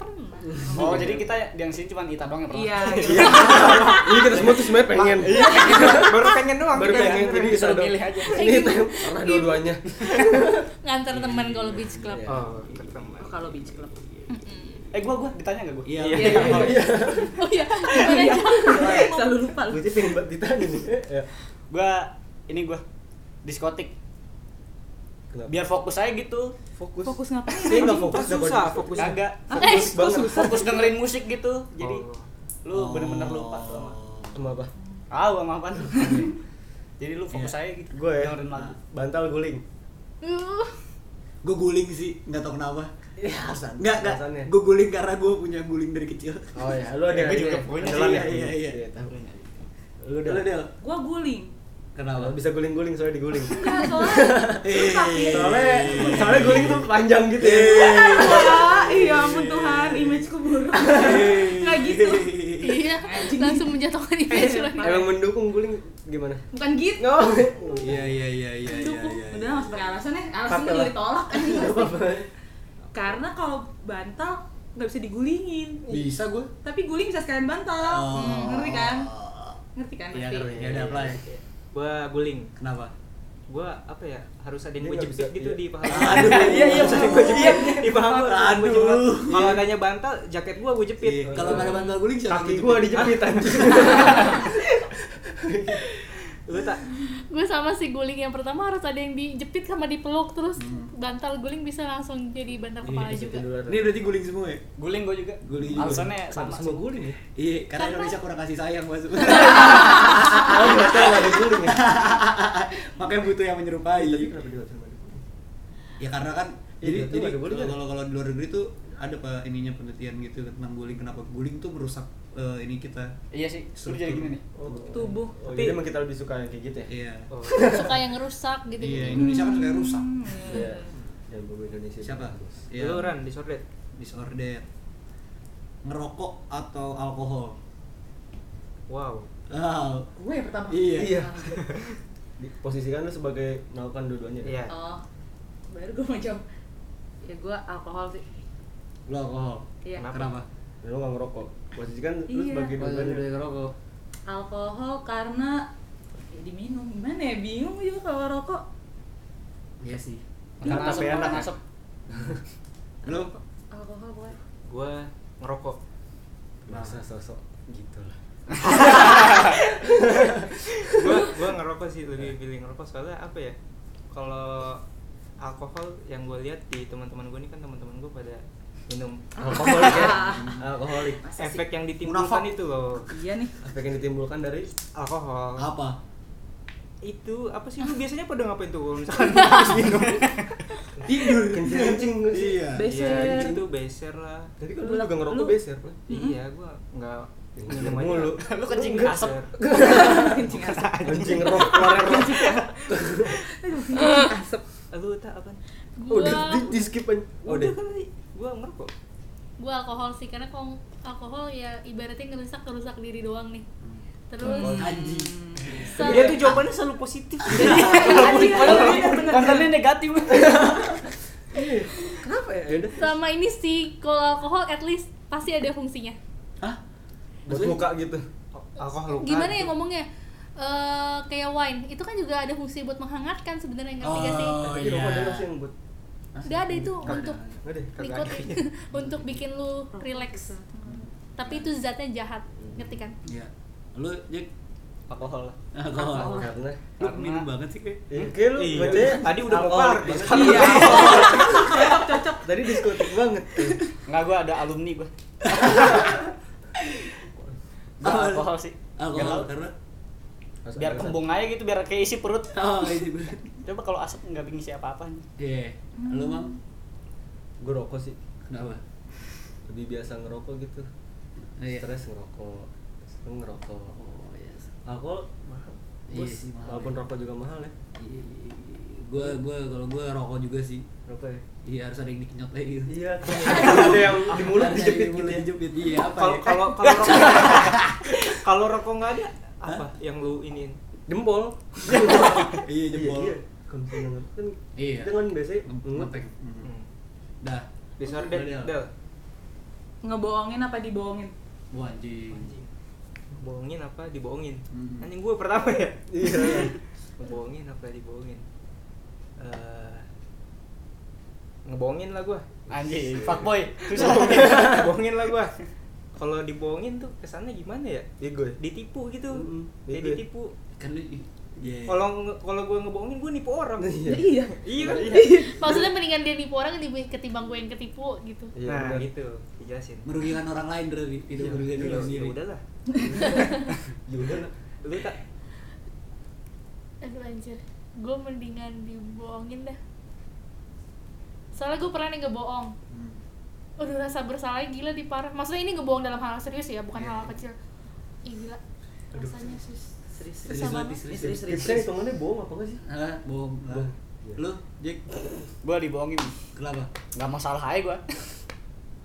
S7: pernah
S6: Oh, jadi kita yang sini cuma Ita doang yang pernah.
S5: Iya.
S2: Ini kita semua tuh sebenarnya pengen.
S4: baru pengen doang
S2: Baru
S4: kita ya.
S2: pengen jadi
S6: Disuruh
S2: sadar.
S6: milih aja.
S7: Iya.
S2: Ini tuh pernah dua-duanya.
S7: gitu. ngantar teman kalau beach club
S2: Iya.
S4: oh ketemu
S5: Oh, kalau beach club.
S7: Mm-mm.
S6: Eh, gua gua ditanya enggak gua?
S1: iya
S5: Iya, iya, iya.
S7: oh iya gimana Cak?
S5: Selalu lupa lu.
S2: Gue sih pengen banget ditanya nih. Iya.
S6: Gua ini gua diskotik.
S2: Kenapa?
S6: Biar fokus aja gitu.
S2: fokus.
S5: Fokus ngapain?
S2: Ini enggak fokus.
S4: Ntar susah fokus
S6: Kagak.
S7: Eh,
S6: Fokus banget. Fokus dengerin musik gitu. Jadi
S2: Oh.
S1: Oh.
S6: lu bener-bener lupa tuh sama.
S2: Sama apa?
S6: Tahu sama apaan. Jadi lu fokus aja gitu.
S2: Gue ya.
S6: dengerin lagu.
S2: Bantal guling.
S7: Uh,
S1: gue guling sih nggak tau kenapa
S2: Alasan.
S1: nggak nggak
S2: Alasannya.
S1: gue guling karena gue punya guling dari kecil
S2: Oh ya, lu
S4: Iya,
S2: ada
S6: Gue juga
S2: ini ya,
S6: punya.
S2: andalan ya?
S1: Iya, iya, iya.
S2: tahu. Lu
S1: lu
S2: udah.
S1: del
S5: Gua guling.
S1: kenapa
S2: Bisa guling-guling soalnya diguling. Iya.
S5: Enggak, soalnya Iya,
S1: Eh,
S2: soalnya soalnya guling tuh panjang gitu ya.
S5: Wah, iya ampun Tuhan, imageku buruk. Enggak gitu.
S7: iya langsung menjatuhkan
S2: Iya.
S7: image lo nih.
S2: Emang mendukung guling gimana?
S5: Bukan gitu.
S2: No.
S1: iya iya iya iya iya
S5: Dukung.
S1: iya
S5: Udah mas pakai alasan ya, alasan
S2: Pakai
S5: lu
S2: lah.
S5: ditolak. iya Karena kalau bantal nggak bisa digulingin.
S1: bisa gue
S5: Tapi guling bisa sekalian bantal. Ngerti kan? Ngerti kan?
S1: Oh. iya
S5: pasti?
S1: ngerti ya udah apply
S4: gua guling
S1: kenapa
S4: gua apa ya harus ada
S2: Dia
S4: yang gua
S2: nggak
S4: jepit
S2: bisa,
S4: gitu
S2: iya.
S4: di paha
S1: Aduh.
S4: iya iya bisa gua jepit di paha gua harus gua jepit.
S1: Aduh.
S4: kalau tanya bantal jaket gua gua jepit
S1: Iya, kalau nggak ada bantal guling siapa gitu?
S2: Kaki
S1: yang
S2: gua
S1: jepit?
S2: dijepit anjing.
S4: lu tak
S7: gue sama si guling yang pertama harus ada yang dijepit sama dipeluk terus
S2: Hmm.
S7: bantal guling bisa langsung jadi bantal
S2: Iya,
S7: kepala juga
S1: ini berarti guling semua ya
S6: Guling gua juga.
S1: Guling juga.
S6: Alasannya sama.
S2: sama sama guling ya.
S1: iya karena Indonesia kurang kasih sayang mas
S2: Oh, enggak tahu ada guling ya.
S1: makanya butuh yang menyerupai
S2: Tapi kenapa dia nggak bisa main?
S1: ya karena kan
S2: Iya,
S1: Iya. jadi
S2: itu
S1: jadi
S2: ada guling
S1: kalau
S2: kan?
S1: kalau- kalau di luar negeri tuh ada apa ininya penelitian gitu tentang guling kenapa guling tuh merusak eh, ini kita
S6: Iya sih. Lu jadi gini nih.
S2: Oh.
S5: Tubuh.
S2: Oh,
S4: Tapi-
S2: jadi emang kita lebih suka yang kayak gitu ya.
S1: iya
S4: oh.
S7: suka yang rusak gitu
S1: iya
S7: gitu
S1: Indonesia kan suka rusak
S5: Hmm.
S2: Iya. Yang bawa Indonesia.
S1: siapa Iya.
S4: lu ran disordered
S1: disorder ngerokok atau alkohol
S4: wow
S1: wow
S5: Gue yang pertama.
S1: Iya.
S2: Iya. Posisikan lu sebagai melakukan dua-duanya.
S4: iya
S5: Oh, baru gue macam ya gue alkohol sih.
S1: lu alkohol
S5: Iya.
S4: Kenapa?
S1: kenapa
S2: Dan Lu nggak ngerokok. Posisikan lu
S5: Iya.
S2: sebagai dua-duanya.
S1: ngerokok
S5: Alkohol karena ya diminum gimana ya bingung gua juga kalau rokok.
S1: iya sih
S6: Karena
S2: Tapi
S6: asap,
S2: enak
S6: karena
S2: ya.
S6: asap.
S1: lu
S2: Nah.
S5: Alkohol gue.
S4: gua ngerokok
S2: Masa sosok gitu lah.
S4: gua gua ngerokok sih lebih pilih ngerokok soalnya apa ya kalau alkohol yang gua lihat di teman-teman gua ini kan teman-teman gua pada minum alkoholik ya
S2: Alkoholik.
S5: Masa sih?
S4: efek yang ditimbulkan
S1: Munafak.
S4: itu loh
S5: Iya nih.
S2: Efek yang ditimbulkan dari
S4: alkohol
S1: apa
S4: itu apa sih lu biasanya pada ngapain tuh kalau misalkan
S1: tidur
S2: kencing-kencing lu sih.
S1: iya
S5: Beser.
S4: Iya,
S6: gitu.
S4: itu beser lah
S2: Tapi kan lu
S5: Bulak
S2: juga ngerokok
S5: lu.
S2: beser lah.
S4: iya gua nggak minum aja.
S2: Mulu.
S6: Lu kencing
S4: Beser.
S6: asap.
S5: Kencing asap.
S2: Kencing rok keluar rok.
S5: Aduh, kencing asap.
S4: lu tak apa
S7: gue
S2: Udah di, Oh, di skip aja. Oh,
S4: udah
S2: udah.
S4: kali gua ngerokok
S7: gue alkohol sih karena kalau alkohol ya ibaratnya ngerusak ngerusak diri doang nih
S2: Hmm. Alkohol. Iya,
S7: terus
S1: Anji
S7: se-
S4: dia tuh jawabannya selalu positif
S6: Iya,
S5: Oh, iya.
S6: Kontennya negatif.
S4: kenapa ya udah
S7: selama ini sih kalau alkohol at least pasti ada fungsinya
S1: Hah?
S2: Buat muka gitu.
S4: alkohol luka
S7: gimana ya
S4: gitu.
S7: ngomongnya eh, kayak wine itu kan juga ada fungsi buat menghangatkan sebenarnya ngerti gak sih?
S1: Oh,
S2: Tapi rokok
S1: iya.
S2: ada nggak sih yang buat
S1: Hmm.
S7: Gak ada itu
S2: Kagak.
S7: untuk
S2: Nggak deh, kagak ada.
S7: nikotin untuk bikin lu relax. Tapi itu zatnya jahat, ngerti kan?
S1: Iya. Lu Jack
S3: alkohol lah
S1: alkohol. Lu
S2: Karena
S6: Karena-
S1: minum banget sih kayak.
S2: Iya, kayak lu
S4: Iya.
S2: bacanya
S4: Tadi udah
S2: alkohol
S4: keluar,
S2: banget.
S4: sekarang
S2: Iya.
S5: Cocok, cocok.
S2: Tadi diskotik banget.
S6: Enggak gua ada alumni gua. Gua
S1: Apa?
S6: alkohol sih. Nggak
S1: Alkohol
S6: tahu.
S1: karena
S6: Biar kembung aja gitu, biar keisi perut.
S1: Oh, iya juga.
S6: Coba kalau asap nggak ngisi apa-apa nih.
S1: Iya. Lu Mam
S2: Gue rokok sih.
S1: kenapa?
S2: Lebih biasa ngerokok gitu.
S1: Iya.
S2: Stres ngerokok. Lu ngerokok.
S1: Oh, iya.
S2: Alkohol mahal.
S1: Iya
S2: Bos,
S1: sih, mahal.
S2: Walaupun rokok juga mahal ya.
S1: Iya, iya, iya. Gua gua kalau gua rokok juga sih.
S2: Rokok ya.
S1: Iya, harus ada yang dikenyot lagi gitu.
S2: Iya, ada yang di mulut
S1: Ada yang
S2: dijepit
S1: di
S2: gitu
S1: mulut
S2: ya.
S1: dijepit. Iya, apa
S4: kalau
S1: ya?
S4: kalau kalau rokok kalau rokok nggak ada apa yang lu inin
S2: Jempol.
S1: Iya, jempol.
S2: Iya, iya. Kan seneng. kan
S1: Iya.
S2: kita kan biasanya
S1: Ngepek.
S4: hmm.
S1: Dah.
S4: disorder
S1: Udah,
S4: del
S5: Ngebohongin apa dibohongin?
S1: Wah, anjing.
S4: bohongin apa dibohongin
S1: Hmm.
S4: anjing gue pertama ya
S2: Iya.
S4: ngebohongin apa dibohongin Eh, ngebohongin lah gue
S6: Anjir, fuckboy. Susah.
S4: bohongin lah gua kalau dibohongin tuh kesannya gimana ya
S2: Ego ya?
S4: ditipu gitu
S2: Mm-mm.
S4: kayak
S2: Bego ya?
S4: ditipu
S1: Kan lu Iya.
S4: kalau nge- kalau gua ngebohongin gua nipu orang
S2: Iya.
S5: Iya.
S4: iya kan
S7: Maksudnya mendingan dia nipu orang ketimbang ketimbang gue yang ketipu gitu.
S2: Iya,
S4: nah
S2: benar.
S4: gitu dijelasin
S1: merugikan orang lain berarti tidak
S4: Iya,
S1: merugikan
S4: iya,
S1: diri sendiri. Iya,
S4: ya udahlah
S2: Ya udah lah.
S4: lu tak
S7: Aduh anjir, gue mendingan dibohongin dah. Soalnya gue pernah nih ngebohong.
S1: Hmm.
S7: Aduh rasa bersalahnya gila di parah. Maksudnya ini ngebohong dalam hal serius ya, bukan
S1: Iya,
S7: hal
S1: iya.
S7: kecil. Ih gila. Rasanya sus.
S1: Serius
S7: Susah
S1: lagi,
S7: banget.
S1: Iya, serius.
S2: Serius, serius. hitungannya bohong apa enggak sih?
S1: Hah, bohong. lah.
S2: Bohong.
S1: Lu, Jack,
S6: gua dibohongin.
S1: kenapa?
S6: Gak masalah aja gua.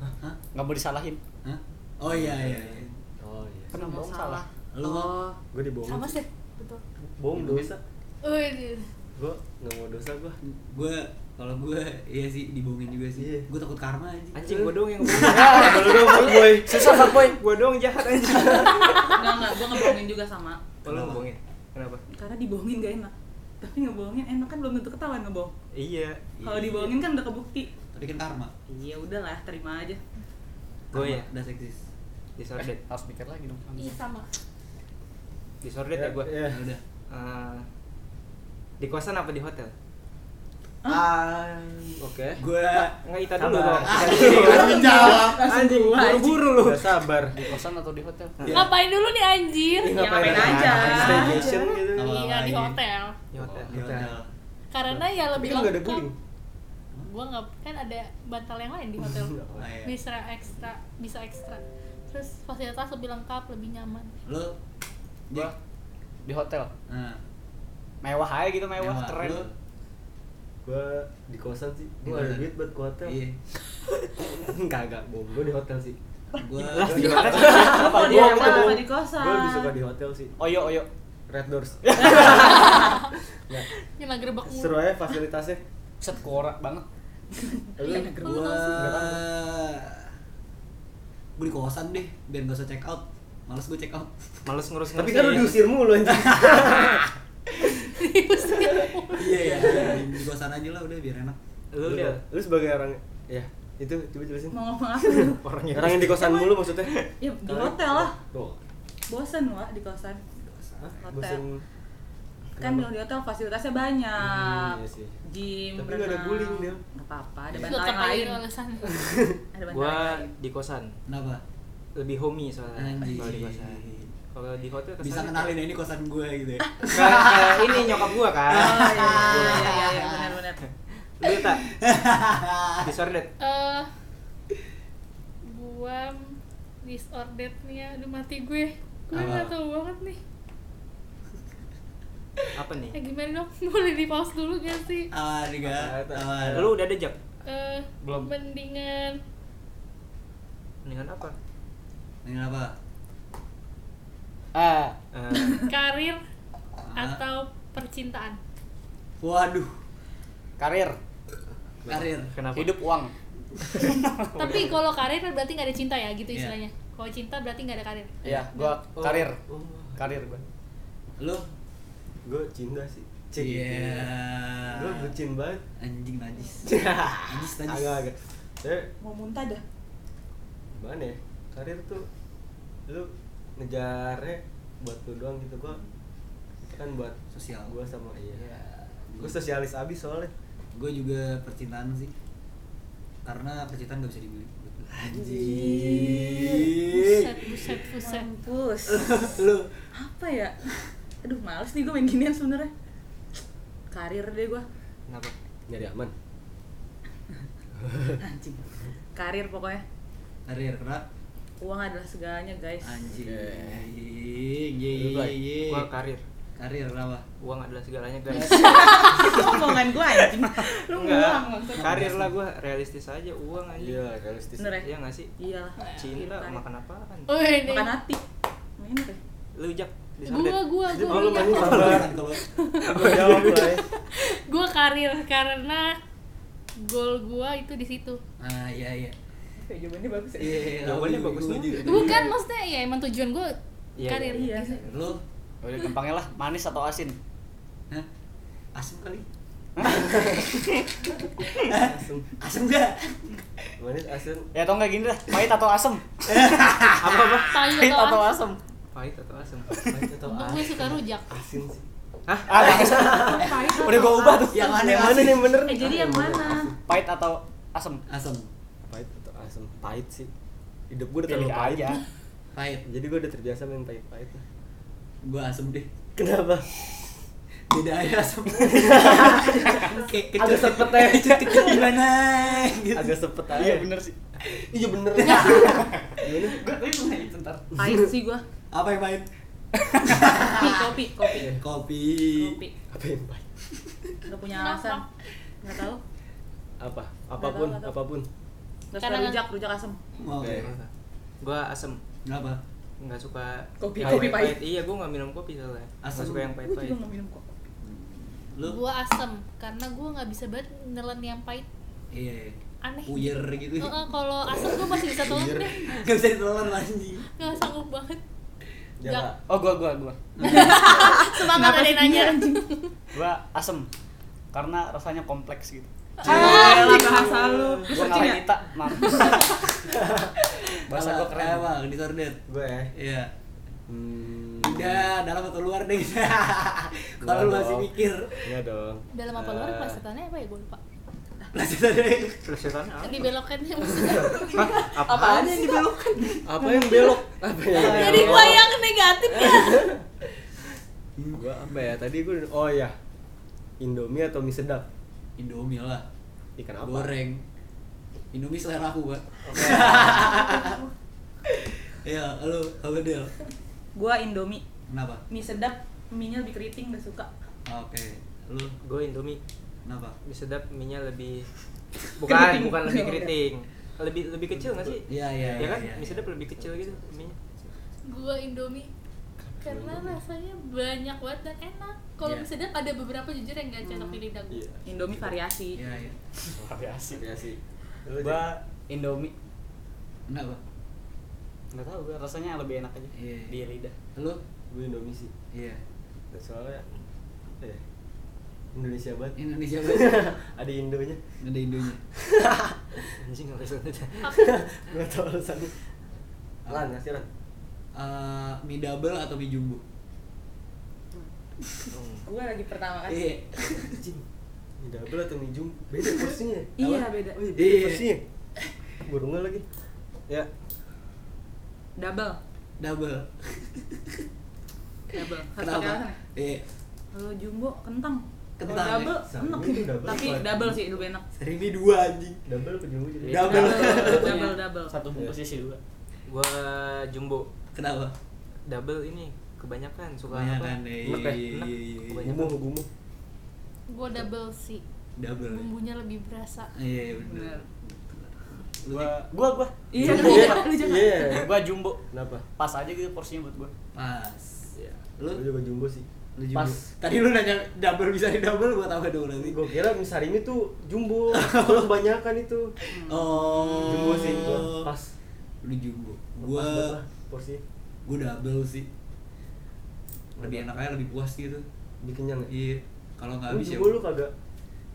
S1: Hah?
S6: Gak mau disalahin.
S1: Hah? Oh iya iya. iya.
S2: Oh iya.
S6: Kan bohong
S7: Masalah.
S6: salah.
S5: Oh.
S1: Lu mau?
S2: Gue dibohongin.
S7: Sama sih, betul.
S2: Bohong dosa.
S7: Wih,
S2: Gue nggak mau dosa gue.
S1: Gue kalau gue iya sih dibohongin juga
S2: Iya.
S1: sih. Gue takut karma aja.
S4: anjing gua doang yang ngebohongin lu doang fuckboy susah fuckboy gua doang jahat anjing
S5: Enggak, enggak. Gue ngebohongin juga sama.
S4: Oh, lu ngebohongin kenapa
S5: Karena dibohongin gak enak. Tapi ngebohongin enak kan belum tentu ketahuan ngebohong.
S4: iya
S5: Kalau dibohongin kan udah kebukti.
S1: Tadi kan karma.
S5: Ya udahlah, terima aja.
S4: gue ya
S1: Udah seksis.
S4: disordered
S6: Harus mikir lagi dong.
S7: Ih sama.
S4: disordered ya gua
S2: Iya.
S1: Ya udah.
S4: Eh, di kosan apa di hotel
S2: Ah, oke.
S1: Gue
S4: Enggak Ita dulu
S2: Sabar.
S4: dong.
S2: Iya,
S1: jawab.
S4: Anjing, buru-buru lu.
S2: Gak sabar.
S6: Di kosan atau di hotel?
S1: Iya.
S2: Iya.
S7: Ngapain dulu nih anjir?
S5: Ya, ngapain aja.
S2: Staycation gitu.
S1: Apa
S7: Iya
S1: lagi?
S7: di hotel.
S4: Di hotel.
S2: Iya,
S1: Di hotel.
S7: Karena ya
S2: Tapi
S7: lebih
S2: kan nggak ada guling.
S7: Gue nggak kan ada bantal yang lain di hotel.
S1: Ah, iya.
S7: bisa ekstra, bisa ekstra. Terus fasilitas lebih lengkap, lebih nyaman.
S1: Lu
S6: Gua
S1: Jack.
S6: di hotel.
S1: Nah,
S6: Mewah aja gitu, mewah,
S1: nyawa.
S6: keren.
S1: Lu,
S2: Gue di kosan sih. Gue
S1: Di
S2: ada
S1: mana?
S2: duit buat ke hotel.
S1: Iya.
S2: Kagak bohong. Gue di hotel sih.
S1: Gue
S5: Apa di
S6: Gua-
S5: hotel
S6: gua-
S5: apa di kosan?
S2: Gue lebih suka di hotel sih.
S6: Oyo, oyo.
S2: Red Doors.
S7: Nyala gerbek mulu.
S2: Seru aja fasilitasnya.
S6: Set korak banget.
S7: Iya,
S2: Lu
S1: gua gue di kosan deh biar gak usah check out males gue check out
S4: Males ngurus
S2: tapi kan lu diusir mulu anjing.
S1: iya iya di kosan aja lah udah biar enak
S4: Lu dia.
S2: Lu sebagai orang ya, itu coba jelasin.
S5: Mau ngomong apa lu?
S4: Orang
S2: Orang yang Oh, di kosan mulu maksudnya.
S5: Ya di hotel lah.
S2: Tuh.
S5: Bosan wa di kosan.
S2: Hah?
S5: Hotel.
S2: Bosen. Kenapa?
S5: Kan kalau di hotel fasilitasnya banyak.
S2: Hmm, iya sih.
S5: Gym,
S2: Tapi nggak ada guling, Del.
S5: Gak apa-apa, ada
S7: Terus
S5: bantal
S7: lo
S5: yang
S7: tapain
S5: lain.
S7: alasan.
S5: Ada bantal
S4: Gua
S5: yang lain.
S4: di kosan.
S1: kenapa
S4: Lebih homey soalnya
S1: Anjing.
S4: Ah, kalau di kosan. Kalau di hotel kesannya
S1: bisa
S4: kayak-
S1: kenalin ya, ini kosan gue gitu ya
S4: Kayak- kayak ini nyokap gua kan. Iya,
S5: Oh iya iya iya iya, iya benar-benar.
S4: Lu tak disordered.
S7: Eh, gua disorderednya aduh mati gue. Gue
S1: Apa?
S7: nggak tahu banget nih.
S4: Apa
S7: Eh
S4: nih?
S7: gimana dong? Boleh di pause dulu gak sih?
S1: aman nih gak aman
S4: Lu udah ada jak.
S7: Eh,
S6: Belum.
S7: Mendingan
S4: Mendingan apa?
S1: ini apa
S6: Ah,
S4: Eh,
S7: karir
S1: Ah.
S7: atau percintaan.
S1: waduh
S6: karir,
S1: karir
S4: kenapa?
S6: hidup uang.
S7: Tapi kalau karir berarti nggak ada cinta ya gitu
S1: Iya.
S7: istilahnya. Kalau cinta berarti nggak ada karir.
S6: Iya, gua
S4: Oh.
S6: Iya, karir.
S4: Oh.
S6: Karir gua.
S1: Lu?
S2: gue cinta sih Cik.
S1: Iya.
S2: gue bucin banget
S1: Anjing najis. najis najis.
S2: agak-agak Tapi
S5: Mau muntah dah.
S2: gimana ya karir tuh lu ngejarnya buat lu doang gitu gua kan buat
S1: Sosial.
S2: gua sama iya gua sosialis abis soalnya
S1: Gue juga percintaan sih. Karena percintaan gak bisa dibeli.
S7: buset buset buset
S5: Mampus.
S1: Lu?
S5: Apa ya? Aduh, males nih gue main ginian sebenarnya. Karir deh gue.
S4: Kenapa?
S2: nyari aman
S5: Anjing. Karir pokoknya.
S1: Karir karena
S5: Uang adalah segalanya, guys.
S1: anjing.
S2: Oke.
S1: Ye
S2: Lu,
S1: ye
S2: Blay,
S1: ye.
S4: Gua karir.
S1: Karir kenapa?
S4: Uang adalah segalanya guys.
S5: Itu omongan gue anjing. Lu ngulang maksudnya.
S4: Karir lah gua realistis aja uang aja.
S2: iya realistis
S5: Bener ya?
S4: Iya nggak sih?
S5: Iyalah.
S4: Cinta
S5: Karir.
S4: makan apaan?
S7: Wih, deh.
S5: Makan hati. Ini deh.
S4: Lu jak
S7: Oh, gua gua
S2: Jadi
S7: gua
S2: lu
S7: gua.
S2: main kabar
S1: Kan Kalau
S2: gua jawab lah ya
S7: Gua karir karena goal gua itu di situ
S1: ah iya iya.
S5: Kayak jawabannya bagus ya.
S1: Iya,
S4: Jawabannya bagus
S1: juga.
S7: bukan maksudnya ya emang tujuan gua
S4: Iya,
S7: karir Gitu.
S5: iya.
S7: Di situ.
S1: Lu?
S6: Ya Udah gampangnya lah, manis atau asin?
S1: Hah? Asem kali. Asem gak?
S2: manis asin
S6: Ya atau enggak gini dah, pahit atau asem?
S7: Pahit
S6: Pahit atau
S7: atau asin?
S6: asem?
S4: Pahit atau asem?
S2: manis atau
S7: Untung
S2: asin
S7: gua suka rujak
S2: asin sih
S6: Ah, bangsat. Udah gua ubah tuh.
S1: Yang mana
S2: yang mana nih bener
S5: Eh, jadi yang mana?
S6: Pahit atau asem?
S1: Asem.
S2: pahit atau asin pahit sih hidup gua udah
S6: Pilih
S2: terlalu pahit
S6: aja.
S1: Pahit.
S2: jadi gua udah terbiasa main pahit-pahit lah.
S1: Gua asem deh.
S2: kenapa
S1: Beda aja asem. Kayak kecut-
S2: Agak sepet ya.
S1: Kecut-kecut gimana? Gitu.
S2: agak sepet aja
S6: Iya bener sih.
S2: iya bener gimana
S6: Gua tadi mau nanya bentar.
S5: Pahit sih gue.
S1: Apa yang main? Eh,
S5: Kopi, kopi, kopi.
S1: Kopi.
S5: Kopi.
S2: apa yang pahit
S5: Gak punya
S7: Kenapa?
S5: alasan. Gak tau.
S2: apa apapun
S5: Nggak tahu, nggak tahu.
S2: apapun
S5: Gak suka
S7: Karena-
S5: rujak, rujak asem.
S1: Mau.
S2: Oke.
S4: Gua asem.
S1: Kenapa?
S4: Nggak suka
S5: Kopi-
S4: yang
S5: kopi pahit.
S4: Iya, gua nggak minum kopi soalnya.
S1: Asem.
S4: Nggak suka yang
S5: Gue juga
S4: pahit-pahit.
S5: gak minum kopi.
S1: Lu?
S7: gua asem karena gua nggak bisa banget nelen yang pahit
S1: Iya.
S7: aneh
S1: Puyer gitu.
S7: Heeh, kalau asem gua masih bisa tolong deh
S1: Gak bisa ditelan anjing.
S7: nggak sanggup banget
S2: Jaka.
S6: Oh, gua gua gua.
S7: semangat ada yang
S5: Iya,
S7: nanya
S6: Gua asem. Karena rasanya kompleks gitu.
S5: Ayolah bahasa lu.
S6: Gua
S5: Lu searching
S6: ngalahin
S5: ya?
S6: Dita, mampus. Bahasa
S1: Kalau-
S6: gua keren.
S1: Emang di toilet.
S2: gue ya
S1: Iya.
S2: hmm,
S1: Udah, dalam atau luar deh. Kalau lu
S2: Enggak
S1: masih
S2: dong.
S1: mikir,
S2: enggak dong
S7: dalam apa luar
S5: kan
S2: Eh,
S7: pelasatannya apa ya gua lupa
S1: lanjut aja deh.
S4: Terus apa?
S7: dibelokannya maksudnya
S4: Apa?
S5: Apaan yang dibelokkan?
S2: apa yang belok apa
S4: Iya,
S2: yang
S7: jadi gua yang negatif ya
S2: gue apa ya tadi gue oh ya Indomie atau mie sedap
S1: Indomie lah.
S2: ikan apa
S1: Goreng. Indomie selera aku, Pak. Iya, lu apa Del?
S5: Gua Indomie.
S1: Kenapa?
S5: Mie sedap, mie-nya lebih keriting, gak suka.
S1: Oke. Lu
S4: Gua Indomie.
S1: kenapa?
S4: Mie sedap minyak lebih
S5: Keriting.
S4: bukan bukan lebih keriting lebih lebih kecil nggak sih
S1: Iya, iya,
S4: ya
S1: iya,
S4: kan
S1: iya,
S4: mie
S1: iya.
S4: sedap lebih kecil gitu minyak
S7: gua indomie karena rasanya banyak banget dan enak kalau
S1: Iya.
S7: mie sedap ada beberapa jujur yang gak cocok di lidah gua
S2: iya
S5: Indomie variasi.
S1: Iya, iya.
S6: Variasi.
S2: variasi Lu, Jaka?
S6: Gua Indomie.
S1: Kenapa?
S6: Enggak tahu gua rasanya lebih enak aja
S1: Iya.
S6: di lidah.
S1: Lu?
S2: gue Indomie sih
S1: Iya.
S2: Dan soalnya eh, Indonesia banget
S1: Indonesia banget.
S2: ada Indonya
S1: Ada Indonya.
S4: anjing nggak bisa
S2: nggak tahu alasannya Lan, kasih Lan
S1: Eh, mie double atau mie jumbo?
S5: Gua lagi pertama kali.
S1: Iya.
S2: Anjing. Mie double atau mie jumbo? Beda porsinya.
S5: Iya,
S2: Apa?
S5: beda.
S2: Oh, iya,
S1: Iya.
S2: beda porsinya. Burungnya lagi. Ya,
S5: Double.
S1: Double.
S5: Double. Harus pakai alasan
S1: Kenapa?
S5: ya?
S1: Iya.
S5: Kalau jumbo kentang.
S1: Kentang,
S5: Kalau double
S1: ya?
S2: Sama
S5: enak
S2: itu double.
S5: Tapi double sih lebih enak.
S1: Sering mie dua anjing.
S2: double apa jumbo jadi?
S1: Double.
S5: double, double.
S6: Satu bungkus isi dua.
S4: gua jumbo
S1: Kenapa?
S4: double ini kebanyakan suka
S1: Kebanyakan,
S4: apa
S1: iya, iya,
S4: Enak ya, enak.
S1: iya, iya, iya.
S4: Kebanyakan.
S2: Gumuh, gumuh.
S7: gua double sih
S1: Double.
S7: bumbunya lebih berasa
S1: Iya, iya, benar. Lu
S6: Gua gua gua.
S5: Iya,
S2: Jumbo.
S5: lu jangan, lu jangan.
S2: Iya.
S6: Gua jumbo.
S2: Kenapa?
S6: Pas aja gitu porsinya buat gua.
S1: pas.
S2: Iya. Lu
S1: Lu
S2: juga jumbo sih.
S1: lu juga.
S6: Pas.
S1: Tadi lu nanya double bisa di double buat apa dong nanti?
S2: Gue kira mie sarimi tuh jumbo. Kalau kebanyakan itu.
S1: Oh.
S2: Jumbo sih gua. Pas.
S1: Lu jumbo.
S2: Pas
S1: Gua
S2: banget lah porsinya.
S1: gua double sih. lebih enak aja lebih puas gitu
S2: bikin kenyang ya?
S1: iya kalau nggak
S2: Lu
S1: habis ya
S2: jumbo lu kagak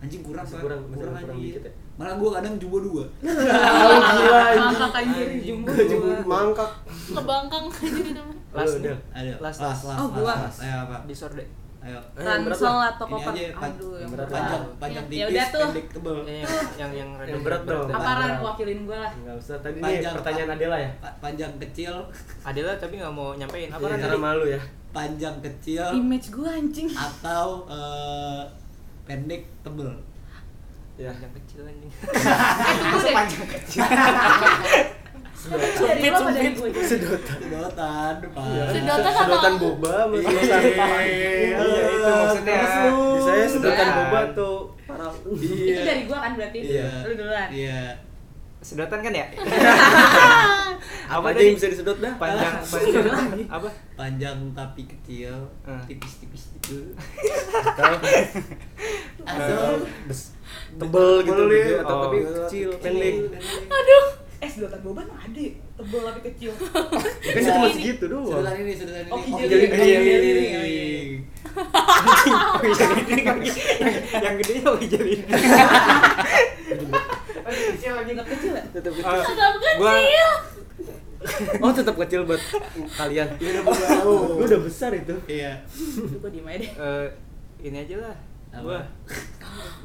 S1: anjing kurang
S2: Masih
S1: Pak.
S2: kurang, masih
S1: kurang,
S2: kurang
S1: anjing
S2: dikit ya?
S1: malah gua kadang jumbo dua
S2: Ah, gila
S5: Mangka kanjir
S4: Anjing.
S5: jumbo.
S2: Gua jumbo
S4: Gua.
S2: mangkak
S7: Kebangkang jadi namanya.
S4: Las
S2: Lu
S4: nih.
S2: udah.
S1: ayo
S4: Las,
S1: las las
S4: las.
S5: Oh, gua.
S1: las, las. ayo apa
S4: Disorder.
S1: ayo
S2: Eh, yang berat
S5: Ransel
S2: lah.
S5: atau
S1: ini
S5: koper.
S1: aja ya, pan-
S5: Aduh, yang
S2: yang
S5: berat.
S2: berat
S1: panjang
S2: lah.
S1: panjang
S5: Ya
S1: tipis
S5: udah tuh.
S1: pendek tebel
S4: Eh, yang yang yang rada
S2: Yang berat dong.
S4: deh.
S5: Aparan wakilin gue lah.
S1: Iya.
S2: Enggak usah. Tadi ini
S1: Panjang,
S2: pertanyaan
S1: Pak.
S2: Adela ya.
S1: Pa- panjang kecil
S4: Adela tapi nggak mau nyampein apa
S2: Apa
S4: kan
S2: karena
S4: tadi?
S2: malu ya?
S1: panjang kecil
S5: Image gue anjing.
S1: Iya. atau eh, pendek tebel
S2: Ya.
S4: Yang kecil anjing.
S5: Eh tunggu deh. Dari lo apa dari gue?
S1: sedotan
S2: Iya.
S1: Pak.
S7: Sedotan atau-
S2: sedotan boba sama sedotan
S4: Iya, itu maksudnya.
S2: Terus lu. Biasanya sedotan
S4: Iya.
S2: boba atau parah.
S5: Itu dari gue kan berarti.
S1: Iya.
S5: Lu duluan.
S1: iya
S4: Sedotan kan ya?
S2: Apa aja
S4: tadi?
S2: yang bisa disedot dah?
S4: Panjang panjang apa?
S1: panjang tapi kecil
S4: Hmm.
S1: tipis tipis gitu
S2: Eh,
S1: atau
S2: bes- tebel gitu
S4: Tebel,
S2: gede, atau
S4: oh.
S2: tapi kecil pendek
S7: Aduh.
S5: Eh sedotan boba mah ada ya? Tebel tapi kecil.
S2: kan itu masih gitu doang
S1: Iya. sedotan ini sedotan ini
S5: Oh,
S1: Oh,
S5: kijeli.
S1: kijeli.
S5: Kijeli.
S1: Oh, iya, iya.
S4: Yang gede yang jadi.
S5: Kecil lagi nggak kecil ya?
S2: tetap kecil
S7: Sedap kan,
S4: Gua
S7: kecil.
S2: oh tetap kecil buat kalian
S1: Iya, udah boba.
S2: lu udah besar itu
S1: iya
S5: Aduh gue diem aja deh.
S4: eh, ini aja lah.
S1: Apa?
S4: Gua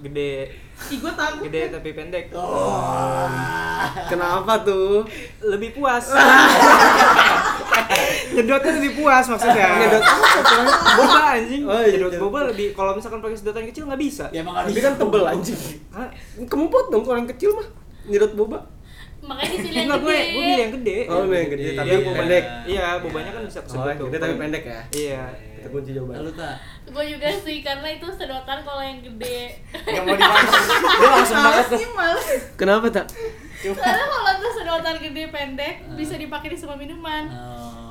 S4: gede
S5: Ih gue takut.
S4: gede tapi pendek.
S2: kenapa tuh
S4: Lebih puas. Nyedotnya lebih puas maksudnya.
S2: Nyedot
S4: boba anjing.
S2: Oh, iya,
S4: Nyedot
S2: nyedot.
S4: boba lebih kalau misalkan pakai sedotan kecil nggak bisa.
S1: ya emang
S2: tapi
S1: harus
S2: kan tebel anjing
S4: Hah?
S2: kempot dong kalau yang kecil mah nyedot boba
S7: Makanya dipilih yang
S4: Enggak gue, gue
S7: gede.
S4: pilih ya, yang gede.
S2: Oh, lu yang gede, tapi
S4: Iya,
S2: yang
S4: boba-
S2: pendek.
S4: Iya, bobanya kan bisa
S2: oh yang
S4: tuh.
S2: gede tapi pendek ya
S4: Iya.
S2: kita kunci jawaban
S1: lalu tak
S7: Gue juga sih karena itu sedotan kalau yang gede.
S6: Yang mau dibahas. Dia langsung banget
S5: Males
S6: tuh.
S5: nih males.
S2: kenapa tak
S7: Karena kalau tuh sedotan gede pendek
S4: Ah.
S7: bisa dipakai di semua minuman.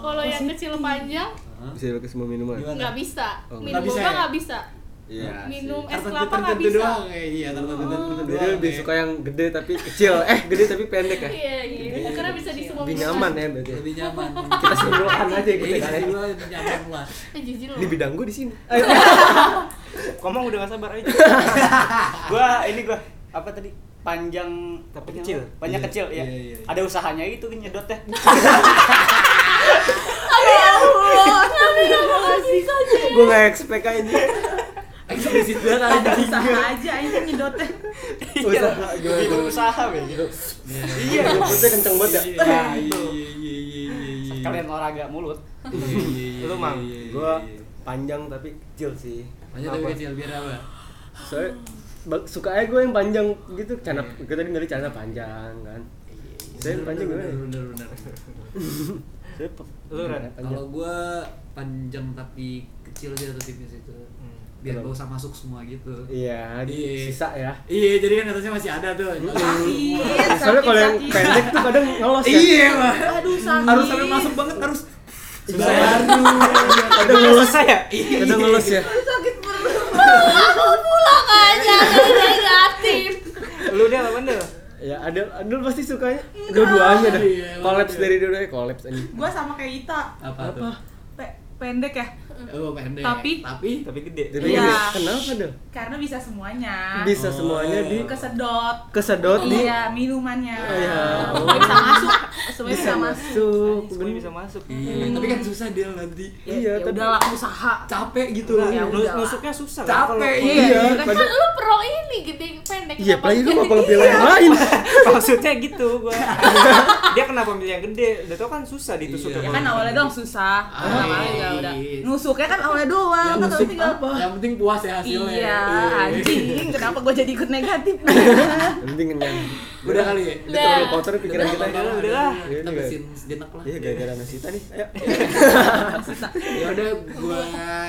S7: Kalau yang kecil panjang
S2: bisa dipakai semua minuman
S1: Gimana?
S7: nggak bisa.
S2: Oh,
S7: Minum
S1: nggak bisa
S7: boba
S1: ya?
S7: nggak bisa.
S2: iya
S7: Minum es
S1: Tertentu-
S7: kelapa nggak
S1: tertentu
S7: bisa.
S1: doang, eh, iya tertentu
S5: Oh.
S1: tertentu doang,
S2: jadi lebih
S1: eh.
S2: suka yang gede tapi kecil eh gede tapi pendek ya
S7: Iya, iya. Karena bisa di semua
S2: lebih
S7: minuman.
S2: nyaman ya berarti
S1: lebih nyaman
S2: kita simbolkan aja
S1: Iya,
S2: gitu kan
S1: jadi gua lebih nyaman lah
S7: Eh, jijik loh.
S2: di bidang gue di sini Eh,
S4: Komang udah gak sabar aja. gua ini gua
S6: Apa tadi? Panjang
S4: Tapi
S6: panjang
S4: kecil.
S6: apa? Panjang
S1: Iya,
S6: kecil ya.
S1: iya, iya.
S6: Ada usahanya itu nyedotnya.
S2: gue gak expect aja
S1: eksplisit banget
S5: Ada
S1: anjing.
S5: usaha aja ini nyedotnya.
S2: usaha
S1: Iya.
S2: gimana
S6: Itu usaha gitu.
S2: iya maksudnya kenceng banget ya
S1: Iya, iya, iya, iya, iya, iya, iya.
S6: Kalian olahraga mulut.
S1: Iya, iya, iya, iya,
S4: Lu, Mang.
S1: iya, iya,
S2: gue
S1: iya.
S2: panjang tapi kecil sih
S1: Panjang tapi kecil biar apa?
S2: soalnya ba- suka aja gue yang panjang gitu cana gue tadi milih cana panjang kan Saya
S1: Bener,
S2: panjang
S1: bener,
S2: gimana?
S1: bener, bener, bener.
S2: Saya pe-
S4: Lu, Ren?
S2: cana panjang.
S1: Kalau gua panjang tapi kecil aja atau tipis itu. Biar
S2: Kenapa?
S1: gak usah masuk semua gitu.
S2: iya di-
S1: Iya.
S2: sisa ya
S1: Iya, jadi kan atasnya masih ada tuh.
S5: Sakit.
S2: soalnya kalau yang
S5: sakit, sakit.
S2: pendek tuh kadang ngelos kan
S1: Iya, Bang.
S5: Aduh sakit.
S1: Harus sampai masuk banget harus.
S2: Susah ya?
S1: Baru.
S2: kadang ngelos ya
S4: Iya.
S2: kadang ngelos ya
S5: Aduh, Sakit perut.
S7: Pulang aja, negatif.
S4: Lu dia apa Del?
S2: ya ada Adul pasti sukanya dua-duanya dah
S1: Iya,
S2: kolaps
S1: iya.
S2: dari dua-duanya kolaps aja
S5: Gue sama kayak Ita.
S1: Apa tuh?
S5: Pe- pendek ya.
S1: Oh, pendek.
S5: Tapi-
S1: tapi
S4: Tapi gede.
S2: tapi
S5: Iya.
S2: gini, kenapa Adul?
S5: Karena bisa semuanya.
S2: bisa
S1: Oh.
S2: semuanya di
S5: Kesedot.
S2: kesedot di
S5: Iya, minumannya.
S2: Oh, iya.
S5: Semuanya bisa masuk. Semuanya bisa masuk.
S2: masuk
S4: Semuanya
S2: bener.
S4: bisa masuk.
S1: Iya, tapi kan susah dia nanti
S2: Iya,
S5: ya
S2: tapi-
S5: udah lah usaha.
S1: capek gitu
S5: Udah,
S1: loh.
S5: ya
S4: Nus-
S5: udah.
S4: Nusuknya susah.
S1: Capek,
S4: kalau- kalau-
S1: iya.
S7: Kan lu pro ini gede pendek.
S2: Iya,
S7: kenapa
S2: apalagi gue
S7: gede?
S2: bakal pilih yang lain.
S4: Maksudnya gitu gua. dia kenapa milih yang gede? Udah tau kan susah ditusuk.
S1: Iya.
S5: Ya kan awalnya doang susah.
S1: Ah,
S5: Lama-lama
S1: iya.
S5: juga udah. Nusuknya kan awalnya doang,
S1: Yang
S5: kan tapi
S1: penting
S5: tinggal
S1: apa? Yang penting puas ya hasilnya.
S5: Iya,
S1: Iya.
S5: anjing. Kenapa gue jadi ikut negatif?
S2: Yang penting kenyang.
S1: Udah kali ya.
S2: Udah terlalu kotor pikiran kita.
S1: Udah lah,
S4: udah lah.
S1: Kita
S2: Udah.
S1: habisin sejenak lah.
S2: Iya, gara-gara Nasita nih. Ayo.
S1: Ya udah gua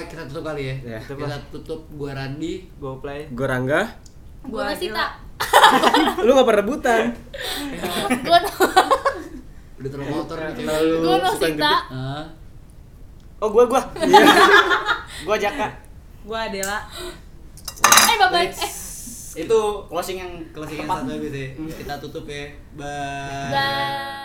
S1: kita tutup kali ya.
S2: Ya.
S1: Kita tutup gua Randi.
S4: Gua play.
S2: Gua Rangga.
S7: Gua masih tak.
S2: Lu gak pernah rebutan.
S7: Gua
S1: Udah terlalu kotor nih cewek.
S2: Iya. Terlalu
S7: gua
S2: suka yang
S7: Rosita.
S2: gede.
S1: Hah?
S6: Oh, gua gua. gua Jaka.
S5: Gue Adela.
S7: Eh, bye bye. Eh,
S6: Itu closing yang
S1: Closing yang
S6: tepat.
S1: satu habis ya. Kita tutup ya. Bye.
S7: Eh, bye.